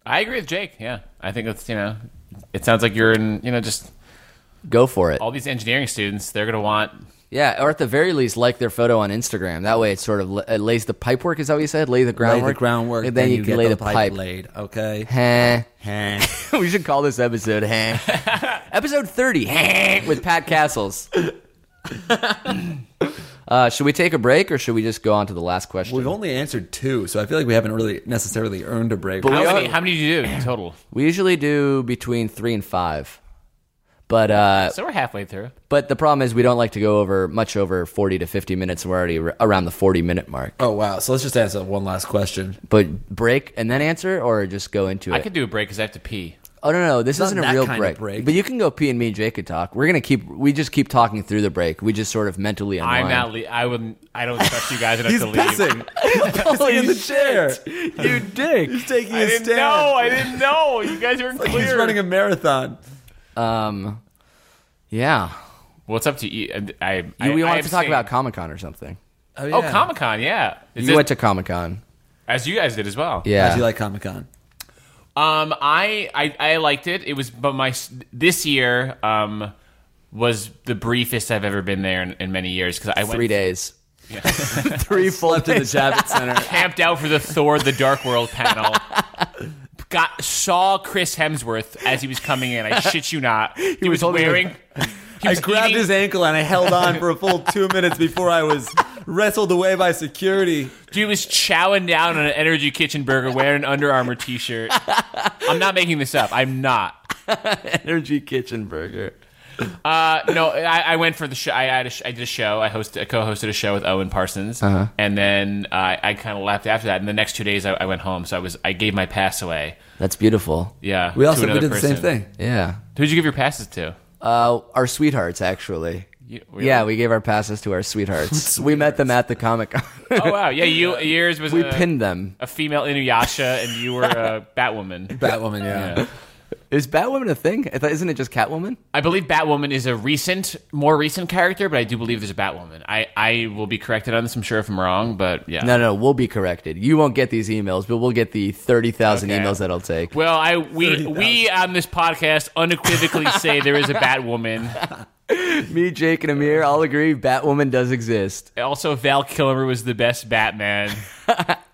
I agree with Jake. Yeah, I think it's you know, it sounds like you're in you know just
Go for it.
all these engineering students. They're gonna want
Yeah, or at the very least, like their photo on Instagram. That way, it sort of la- it lays the pipe work. Is that what you said? Lay the
Lay
groundwork.
the groundwork,
And then, you, can lay the, pipe.
laid. Okay.
Heh. we should call this episode heh. episode 30 heh, with Pat Castles. uh, should we take a break or should we just go on to the last question?
We've only answered two, so I feel like we haven't really necessarily earned a break.
how
we
many?
are-
How many do you do in total?
we usually do between three and five. But uh,
So we're halfway through.
but the problem is we don't like to go over much over 40 to 50 minutes. We're already r- around the 40 minute mark.
oh wow! So let's just answer one last question.
But break and then answer or just go into it?
I could do a break because I have to pee.
Oh no, no, this
not
isn't a
that
real
kind of
break.
break.
But you can go pee, and me and Jake could talk. We're gonna keep. We just keep talking through the break. We just sort of mentally. Unwind.
I'm not. Le- I wouldn't. I don't trust you guys enough
He's
to leave.
pissing. He's pissing in the chair.
You dick.
He's taking
I
his
didn't
stand.
know. I didn't know. You guys aren't clear.
He's running a marathon.
Um. Yeah.
What's up to you? I. I- I
You, we
I
wanted to talk
abstain.
about Comic Con or something.
Oh, Comic Con. Yeah. Is
You
this-
went to Comic Con.
as you guys did as well.
How'd
Yeah.
you like Comic Con?
Um, I, I I liked it. It was, but my s- this year um was the briefest I've ever been there in, in many years because I
Three
went
days.
Three full to the Javits Center.
camped out for the Thor: The Dark World panel. Got saw Chris Hemsworth as he was coming in. I shit you not. He, was, wearing. He
I
was
grabbed
eating-
his ankle and I held on for a full two minutes before I was wrestled away by security.
Dude was chowing down on an Energy Kitchen burger wearing an Under Armour t-shirt. I'm not making this up. I'm not.
Energy Kitchen Burger.
Uh, no, I, I went for the show. I, I, had a sh- I did a show. I hosted, I co-hosted a show with Owen Parsons,
Uh-huh.
and then uh, I- I kind of left after that. And the next two days, I, I went home, so I was I gave my pass away.
That's beautiful.
Yeah,
We
to
also we
another
did the same
person.
thing.
Yeah.
Who'd you give your passes to?
Uh, our sweethearts actually.
You-
Yeah, we gave our passes to our sweethearts. we met them at the Comic Con.
Oh wow, yeah, you yours was
we
a,
pinned them.
a female Inuyasha, and you were a Batwoman.
Batwoman, yeah.
Is Batwoman a thing? I thought- Isn't it just Catwoman?
I believe Batwoman is a recent, more recent character, but I do believe there's a Batwoman. I I will be corrected on this. I'm sure if I'm wrong, but yeah.
No, no, we'll be corrected. You won't get these emails, but we'll get the 30,000
Okay.
emails that I'll take.
Well, I we we on this podcast unequivocally say there is a Batwoman.
Me, Jake, and Amir all agree Batwoman does exist.
Also, Val Kilmer was the best Batman.
What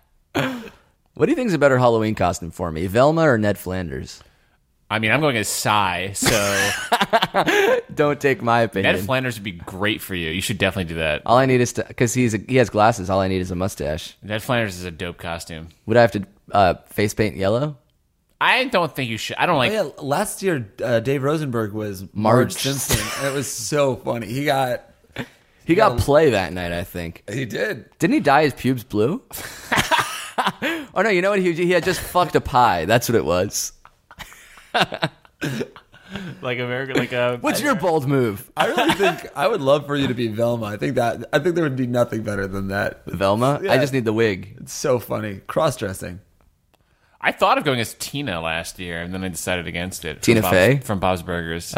do you think is a better Halloween costume for me, Velma or Ned Flanders?
I mean, I'm going as Psy, so
Don't take my opinion.
Ned Flanders would be great for you. You should definitely do that.
all I need is to, because he's a, he has glasses. All I need is a mustache.
Ned Flanders is a dope costume.
Would I have to uh, face paint yellow?
I don't think you should. I don't like.
Yeah, last year uh, Dave Rosenberg was Marge,
Marge.
Simpson. It was so funny. He got
He got play that night, I think.
he did.
Didn't he dye his pubes blue? oh no, you know what? He, he had just fucked a pie. That's what it was.
Like America, like uh, a.
What's your bold move,
I really think I would love for you to be Velma. I think that I think there would be nothing better than that.
Velma? I
Yeah.
just need the wig.
It's so funny. Cross dressing.
I thought of going as Tina last year, and then I decided against it. from
Tina
Bob's-
Fey? Uh.
from Bob's Burgers.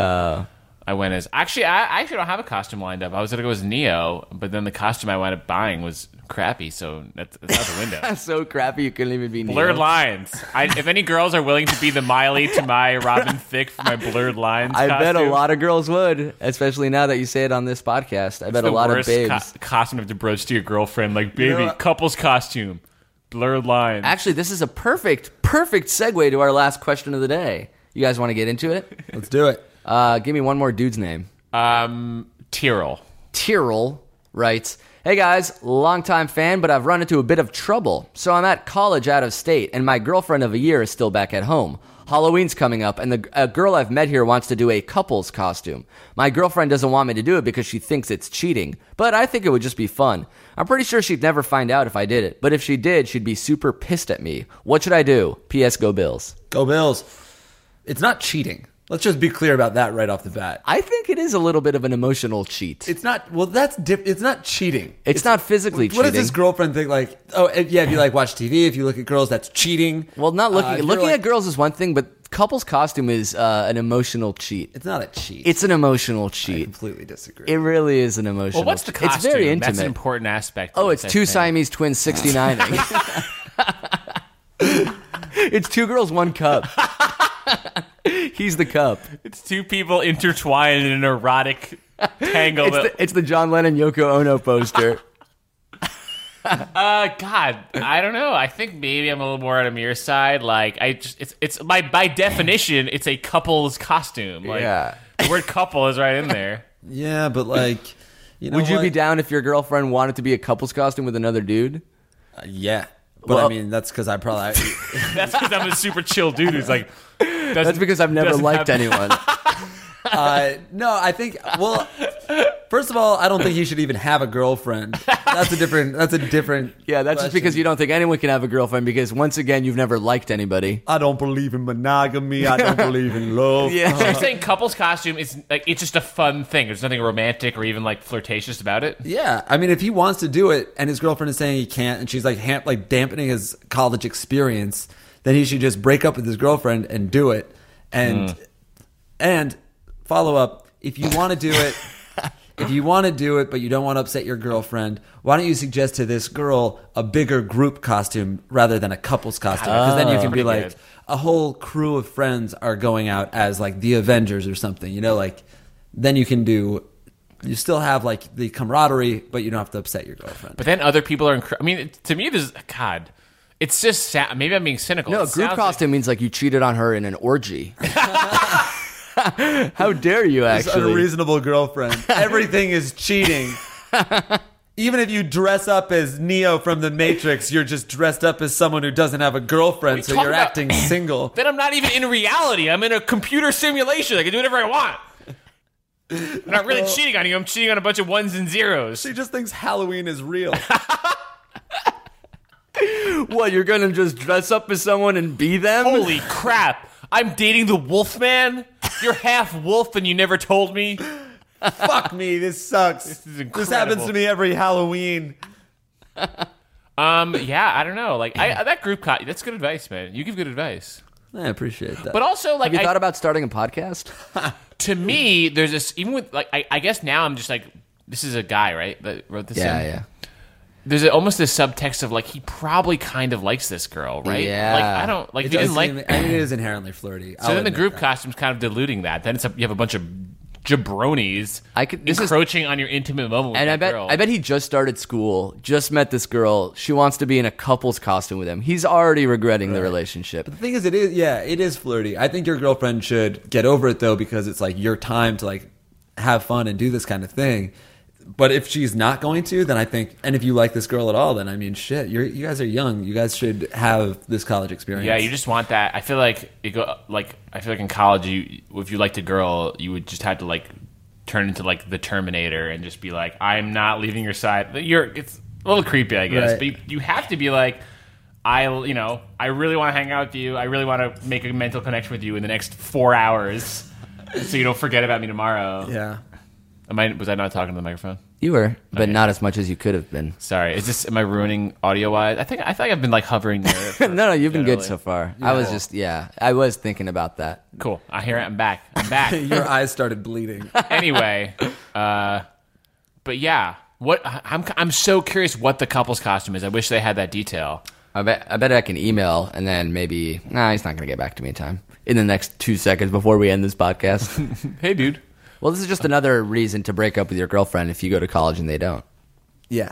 I went as actually I, I actually don't have a costume lined up. I was gonna go as Neo, but then the costume I wound up buying was crappy, so that's, that's out the window.
so crappy you couldn't even be Neo.
blurred lines. I, if any girls are willing to be the Miley to my Robin Thicke for my blurred lines,
I bet a
costume,
lot of girls would, especially now that you say it on this podcast. I bet a
the
lot of
worst
babes.
co- costume to broach to your girlfriend, like baby couples costume, blurred lines.
Actually, this is a perfect, perfect segue to our last question of the day. You guys want to get into it?
Let's do it.
Uh, give me one more dude's name.
um, Tyrell.
Tyrrell writes, Hey guys, longtime fan, but I've run into a bit of trouble. So I'm at college out of state, and my girlfriend of a year is still back at home. Halloween's coming up, and the, a girl I've met here wants to do a couple's costume. My girlfriend doesn't want me to do it because she thinks it's cheating, but I think it would just be fun. I'm pretty sure she'd never find out if I did it, but if she did, she'd be super pissed at me. What should I do? P.S. Go Bills.
Go Bills. It's not cheating. Let's just be clear about that right off the bat.
I think it is a little bit of an emotional cheat. It's,
It's not. Well, that's diff- it's not cheating.
not physically cheating.
What does this girlfriend think? Like, oh and yeah, if you like watch TV, if you look at girls, that's cheating.
Well, not
Uh, if
looking
you're
looking
like-
at girls is one thing, but couples costume is uh, an emotional cheat.
It's not a cheat.
It's an emotional cheat.
completely disagree.
It really is an emotional.
Well, what's the
cheat.
costume?
It's very intimate.
That's an important aspect.
oh,
of
it's
this, I
two
think.
Siamese twins sixty nine. it's two girls, one cup. He's the cup.
It's two people intertwined in an erotic tangle.
It's
that-
the, it's the John Lennon Yoko Ono poster.
Uh, God, I don't know. I think maybe I'm a little more on Amir's side. Like, I just, it's, it's my, by definition, it's a couple's costume. Like,
Yeah.
the word couple is right in there.
yeah, but like, you know
Would you
what?
be down if your girlfriend wanted to be a couple's costume with another dude?
Uh, yeah, but
Well-
I mean, that's because I probably.
That's because I'm a super chill dude who's like,
That's because I've never
doesn't
liked
have-
anyone.
uh, no, I think. Well, first of all, I don't think he should even have a girlfriend. That's a different. That's a different.
Yeah, that's just
question.
because you don't think anyone can have a girlfriend because once again you've never liked anybody.
I don't believe in monogamy. I don't believe in love.
Yeah.
So you're saying couple's costume is like it's just a fun thing. There's nothing romantic or even like flirtatious about it.
Yeah, I mean, if he wants to do it, and his girlfriend is saying he can't, and she's like, ham- like dampening his college experience, then he should just break up with his girlfriend and do it. And and follow up, if you want to do it, if you want to do it, but you don't want to upset your girlfriend, why don't you suggest to this girl a bigger group costume rather than a couple's costume? Because then you can be
Oh, Pretty
like,
good.
a whole crew of friends are going out as like the Avengers or something, you know, like then you can do you still have like the camaraderie, but you don't have to upset your girlfriend.
But then other people are. Incre- I mean, it- to me, this God. It's just sa- maybe I'm being cynical.
No,
It
group
sounds
costume means like you cheated on her in an orgy. How dare you, actually?
unreasonable girlfriend. Everything is cheating. Even if you dress up as Neo from the Matrix, you're just dressed up as someone who doesn't have a girlfriend, so
talk
you're
about-
acting single.
Like, then I'm not even in reality. I'm in a computer simulation. I can do whatever I want. I'm not really cheating on you. I'm cheating on a bunch of ones and zeros.
She just thinks Halloween is real.
What, you're gonna just dress up as someone and be them?
Holy crap! I'm dating the Wolfman. You're half wolf, and you never told me.
Fuck me, this sucks. This,
is
happens
incredible.
to me every Halloween.
Um, yeah, I don't know. Like, I that group co- that's good advice, man. You give good advice,
I appreciate that.
but also like
Have you
I,
thought about starting a podcast?
to me, there's this even with like I, I guess now I'm just like this is a guy right that wrote this. in. There's a, almost this subtext of like he probably kind of likes this girl, right?
Yeah.
Like I don't like
It
if he
does
didn't like.
seem- I mean, it is inherently flirty.
so then the group costume's kind of diluting that. Then it's a, you have a bunch of jabronis
I could- this is-
encroaching on your intimate moment. With
And I
that
bet
girl.
I bet he just started school, just met this girl. She wants to be in a couple's costume with him. He's already regretting the relationship.
The thing is, it is yeah, it is flirty. I think your girlfriend should get over it though, because it's like your time to like have fun and do this kind of thing. But if she's not going to, then I think, and if you like this girl at all, then I mean, shit, you're, you guys are young. You guys should have this college experience.
Yeah, you just want that. I feel like it go like I feel like in college, you if you liked a girl, you would just have to like turn into like the Terminator and just be like, I'm not leaving your side. You're it's a little creepy, I guess,
Right.
but you, you have to be like. I you know I really want to hang out with you. I really want to make a mental connection with you in the next four hours, so you don't forget about me tomorrow.
yeah.
Am I was I not talking to the microphone?
You were, but not as much as you could have been.
Sorry, is this am I ruining audio wise? I think I think I've been like hovering there. for-
No, no, you've been good
generally.
so far. I was just, yeah, I was thinking about that.
Cool. I hear it. I'm back. I'm back.
Your eyes started bleeding.
anyway, uh, but yeah, what I- I'm I'm so curious what the couple's costume is. I wish they had that detail.
I bet, I bet I can email and then maybe, nah, he's not going to get back to me in time. In the next two seconds before we end this podcast.
Hey, dude.
well, this is just another reason to break up with your girlfriend if you go to college and they don't.
Yeah.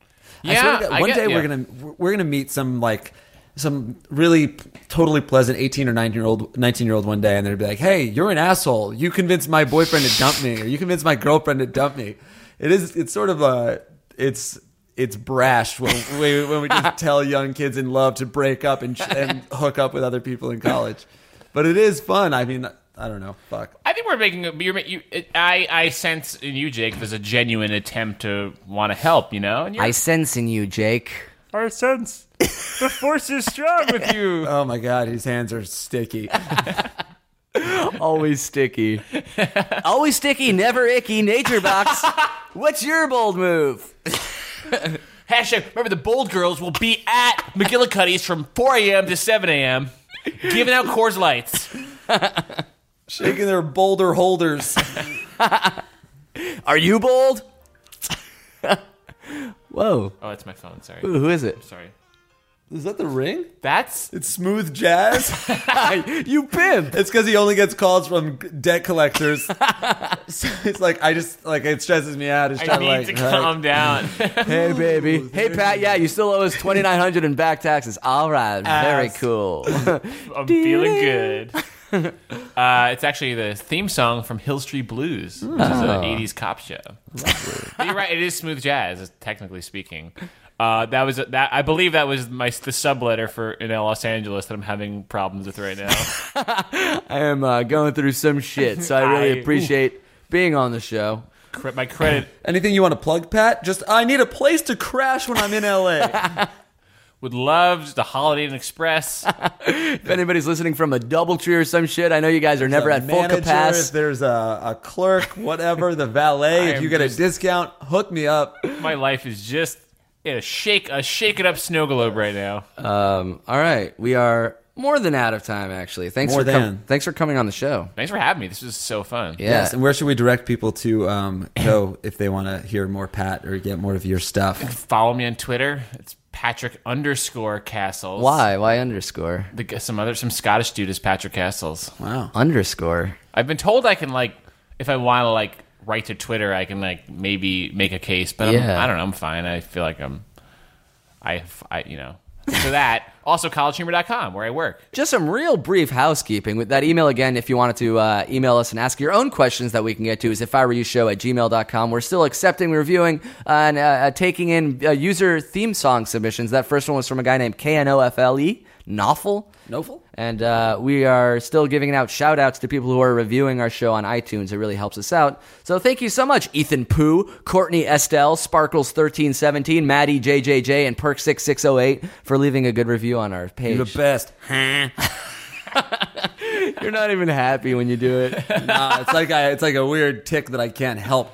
I swear
Yeah,
to God,
I
one
get-
day
yeah.
we're gonna we're gonna meet some like some really p- totally pleasant eighteen or nineteen year old nineteen year old one day, and they'd be like, "Hey, you're an asshole. You convinced my boyfriend to dump me, or you convinced my girlfriend to dump me." It is. It's sort of a. It's it's brash when we, when we just tell young kids in love to break up and, ch- and hook up with other people in college, but it is fun. I mean, I don't know. Fuck.
I think we're making a. You're, ma- you, it, I I sense in you, Jake, there's a genuine attempt to want to help. You know, and you're,
I sense in you, Jake.
I sense the force is strong with you.
Oh my god, his hands are sticky.
Always sticky. Always sticky, never icky, nature box. What's your bold move?
Hashtag. Remember, the bold girls will be at McGillicuddy's from 4 a.m. to 7 a.m. giving out Coors Lights.
Shaking their boulder holders.
Are you bold? Whoa.
Oh, that's my phone. Sorry.
Who who is it?
Sorry.
Is that the ring?
That's
It's smooth jazz.
You pimp.
It's because he only gets calls from debt collectors. so it's like I just like it stresses me out. It's
I
trying
need
like,
to
like,
calm down.
Hey, baby. Hey, Pat. Yeah, you still owe us twenty nine hundred in back taxes. All right. Very
Ass.
cool.
I'm feeling good. Uh, it's actually the theme song from Hill Street Blues, which is an 80s cop show. But you're right; it is smooth jazz, technically speaking. Uh, that was that. I believe that was my the subletter for in Los Angeles that I'm having problems with right now.
I am uh, going through some shit, so I really
I-
appreciate being on the show.
Cre- my credit
anything you want to plug, Pat? Just I need a place to crash when I'm in LA.
would love the Holiday Inn Express.
If anybody's listening from a double tree or some shit, I know you guys are never
The
at full
manager, If
capacity.
there's a, a clerk, whatever, the valet.
I
if
am
you get
just-
a discount, hook me up.
My life is just in a shake, a shake it up snow globe right now.
Um, all right, we are more than out of time. Actually, thanks
More
for com-
than.
thanks for coming on the show.
Thanks for having me. This was so fun.
Yeah.
Yes, and where should we direct people to um, go if they want to hear more Pat or get more of your stuff?
Follow me on Twitter. It's Patrick underscore Castles.
Why? Why underscore
The, some other some Scottish dude is Patrick Castles.
Wow.
underscore?
I've been told I can like if I want to like write to Twitter, I can like maybe make a case, but I'm,
Yeah.
I don't know. I'm fine. I feel like I'm I I you know. So that also collegehumor.com where I work.
Just some real brief housekeeping with that email again. If you wanted to uh, email us and ask your own questions that we can get to, is if I were you show at gmail.com. We're still accepting, reviewing, uh, and uh, uh, taking in uh, user theme song submissions. That first one was from a guy named KNOFLE, E, Noffle.
Nofel?
And uh, we are still giving out shout outs to people who are reviewing our show on iTunes. It really helps us out. So thank you so much, Ethan Poo, Courtney Estelle, Sparkles1317, Maddie JJJ, and Perk6608 for leaving a good review on our page.
You're the best.
You're not even happy when you do it.
Nah, it's like I, it's like a weird tick that I can't help,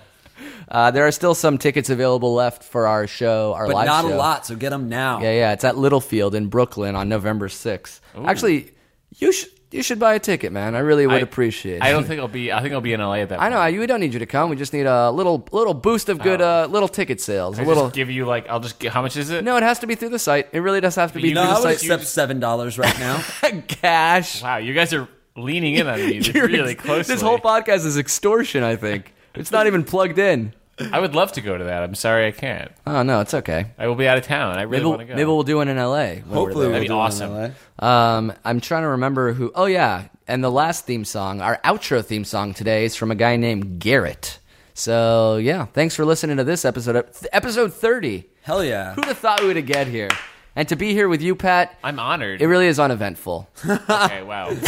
Uh, there are still some tickets available left for our show, our
but
live
not
show.
a lot. So get them now.
Yeah, yeah. It's at Littlefield in Brooklyn on November 6th. Actually, you should you should buy a ticket, man. I really would
I-
appreciate it.
I don't think I'll be I think I'll be in LA at that
I know.
point.
I, we don't need you to come. We just need a little little boost of good uh, little ticket sales. A
Oh. I
little.
just give you like I'll just get how much is it?
no, it has to be through the site. It really does have to be
You
No,
through
know,
I
the
would
site.
accept seven dollars right now.
Cash.
Wow, you guys are leaning in on me
You're
really
ex-
closely.
This whole podcast is extortion. I think it's not even plugged in.
I would love to go to that. I'm sorry I can't.
Oh no, it's okay.
I will be out of town. I really
Maybe, we'll-
want to go.
maybe we'll do one in L.A. when we're
Hopefully,
there.
we'll
That'd be
do it in
awesome.
LA.
Um, I'm trying to remember who. Oh yeah, and the last theme song, our outro theme song today is from a guy named Garrett. So yeah, thanks for listening to this episode, ep- episode 30.
Hell yeah!
Who'd have thought we would have get here? And to be here with you, Pat,
I'm honored.
it really is uneventful.
okay, wow.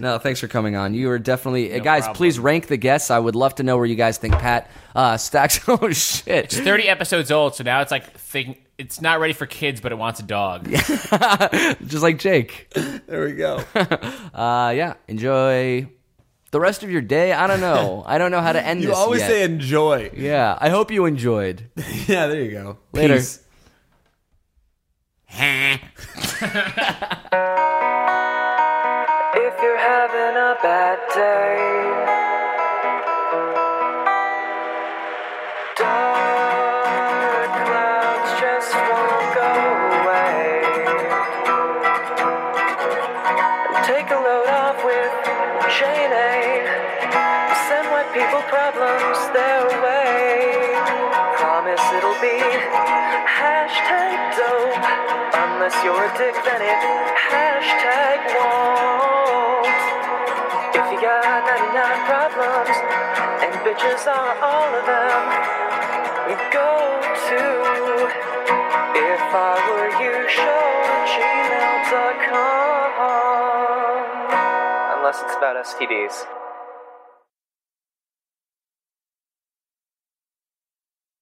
No, thanks for coming on. You are definitely Uh, guys.
problem.
Please rank the guests. I would love to know where you guys think Pat uh, stacks. Oh shit!
30 episodes old, so now it's like think it's not ready for kids, but it wants a dog.
Just like Jake.
There we go.
Uh, yeah. Enjoy
the rest of your day. I don't know. I don't know how to end
You
this.
always
yet.
say enjoy.
yeah. I hope you enjoyed.
yeah, there you go.
Later.
Peace.
If you're having a bad day, dark clouds just won't go away. Take a load off with Chain Send white people problems their way. Promise it'll be hashtag dope. Unless you're a dick, then it hashtag won't. If you got 99 problems, and bitches are all of them, go to if I were you show at gmail.com. Unless it's about STDs.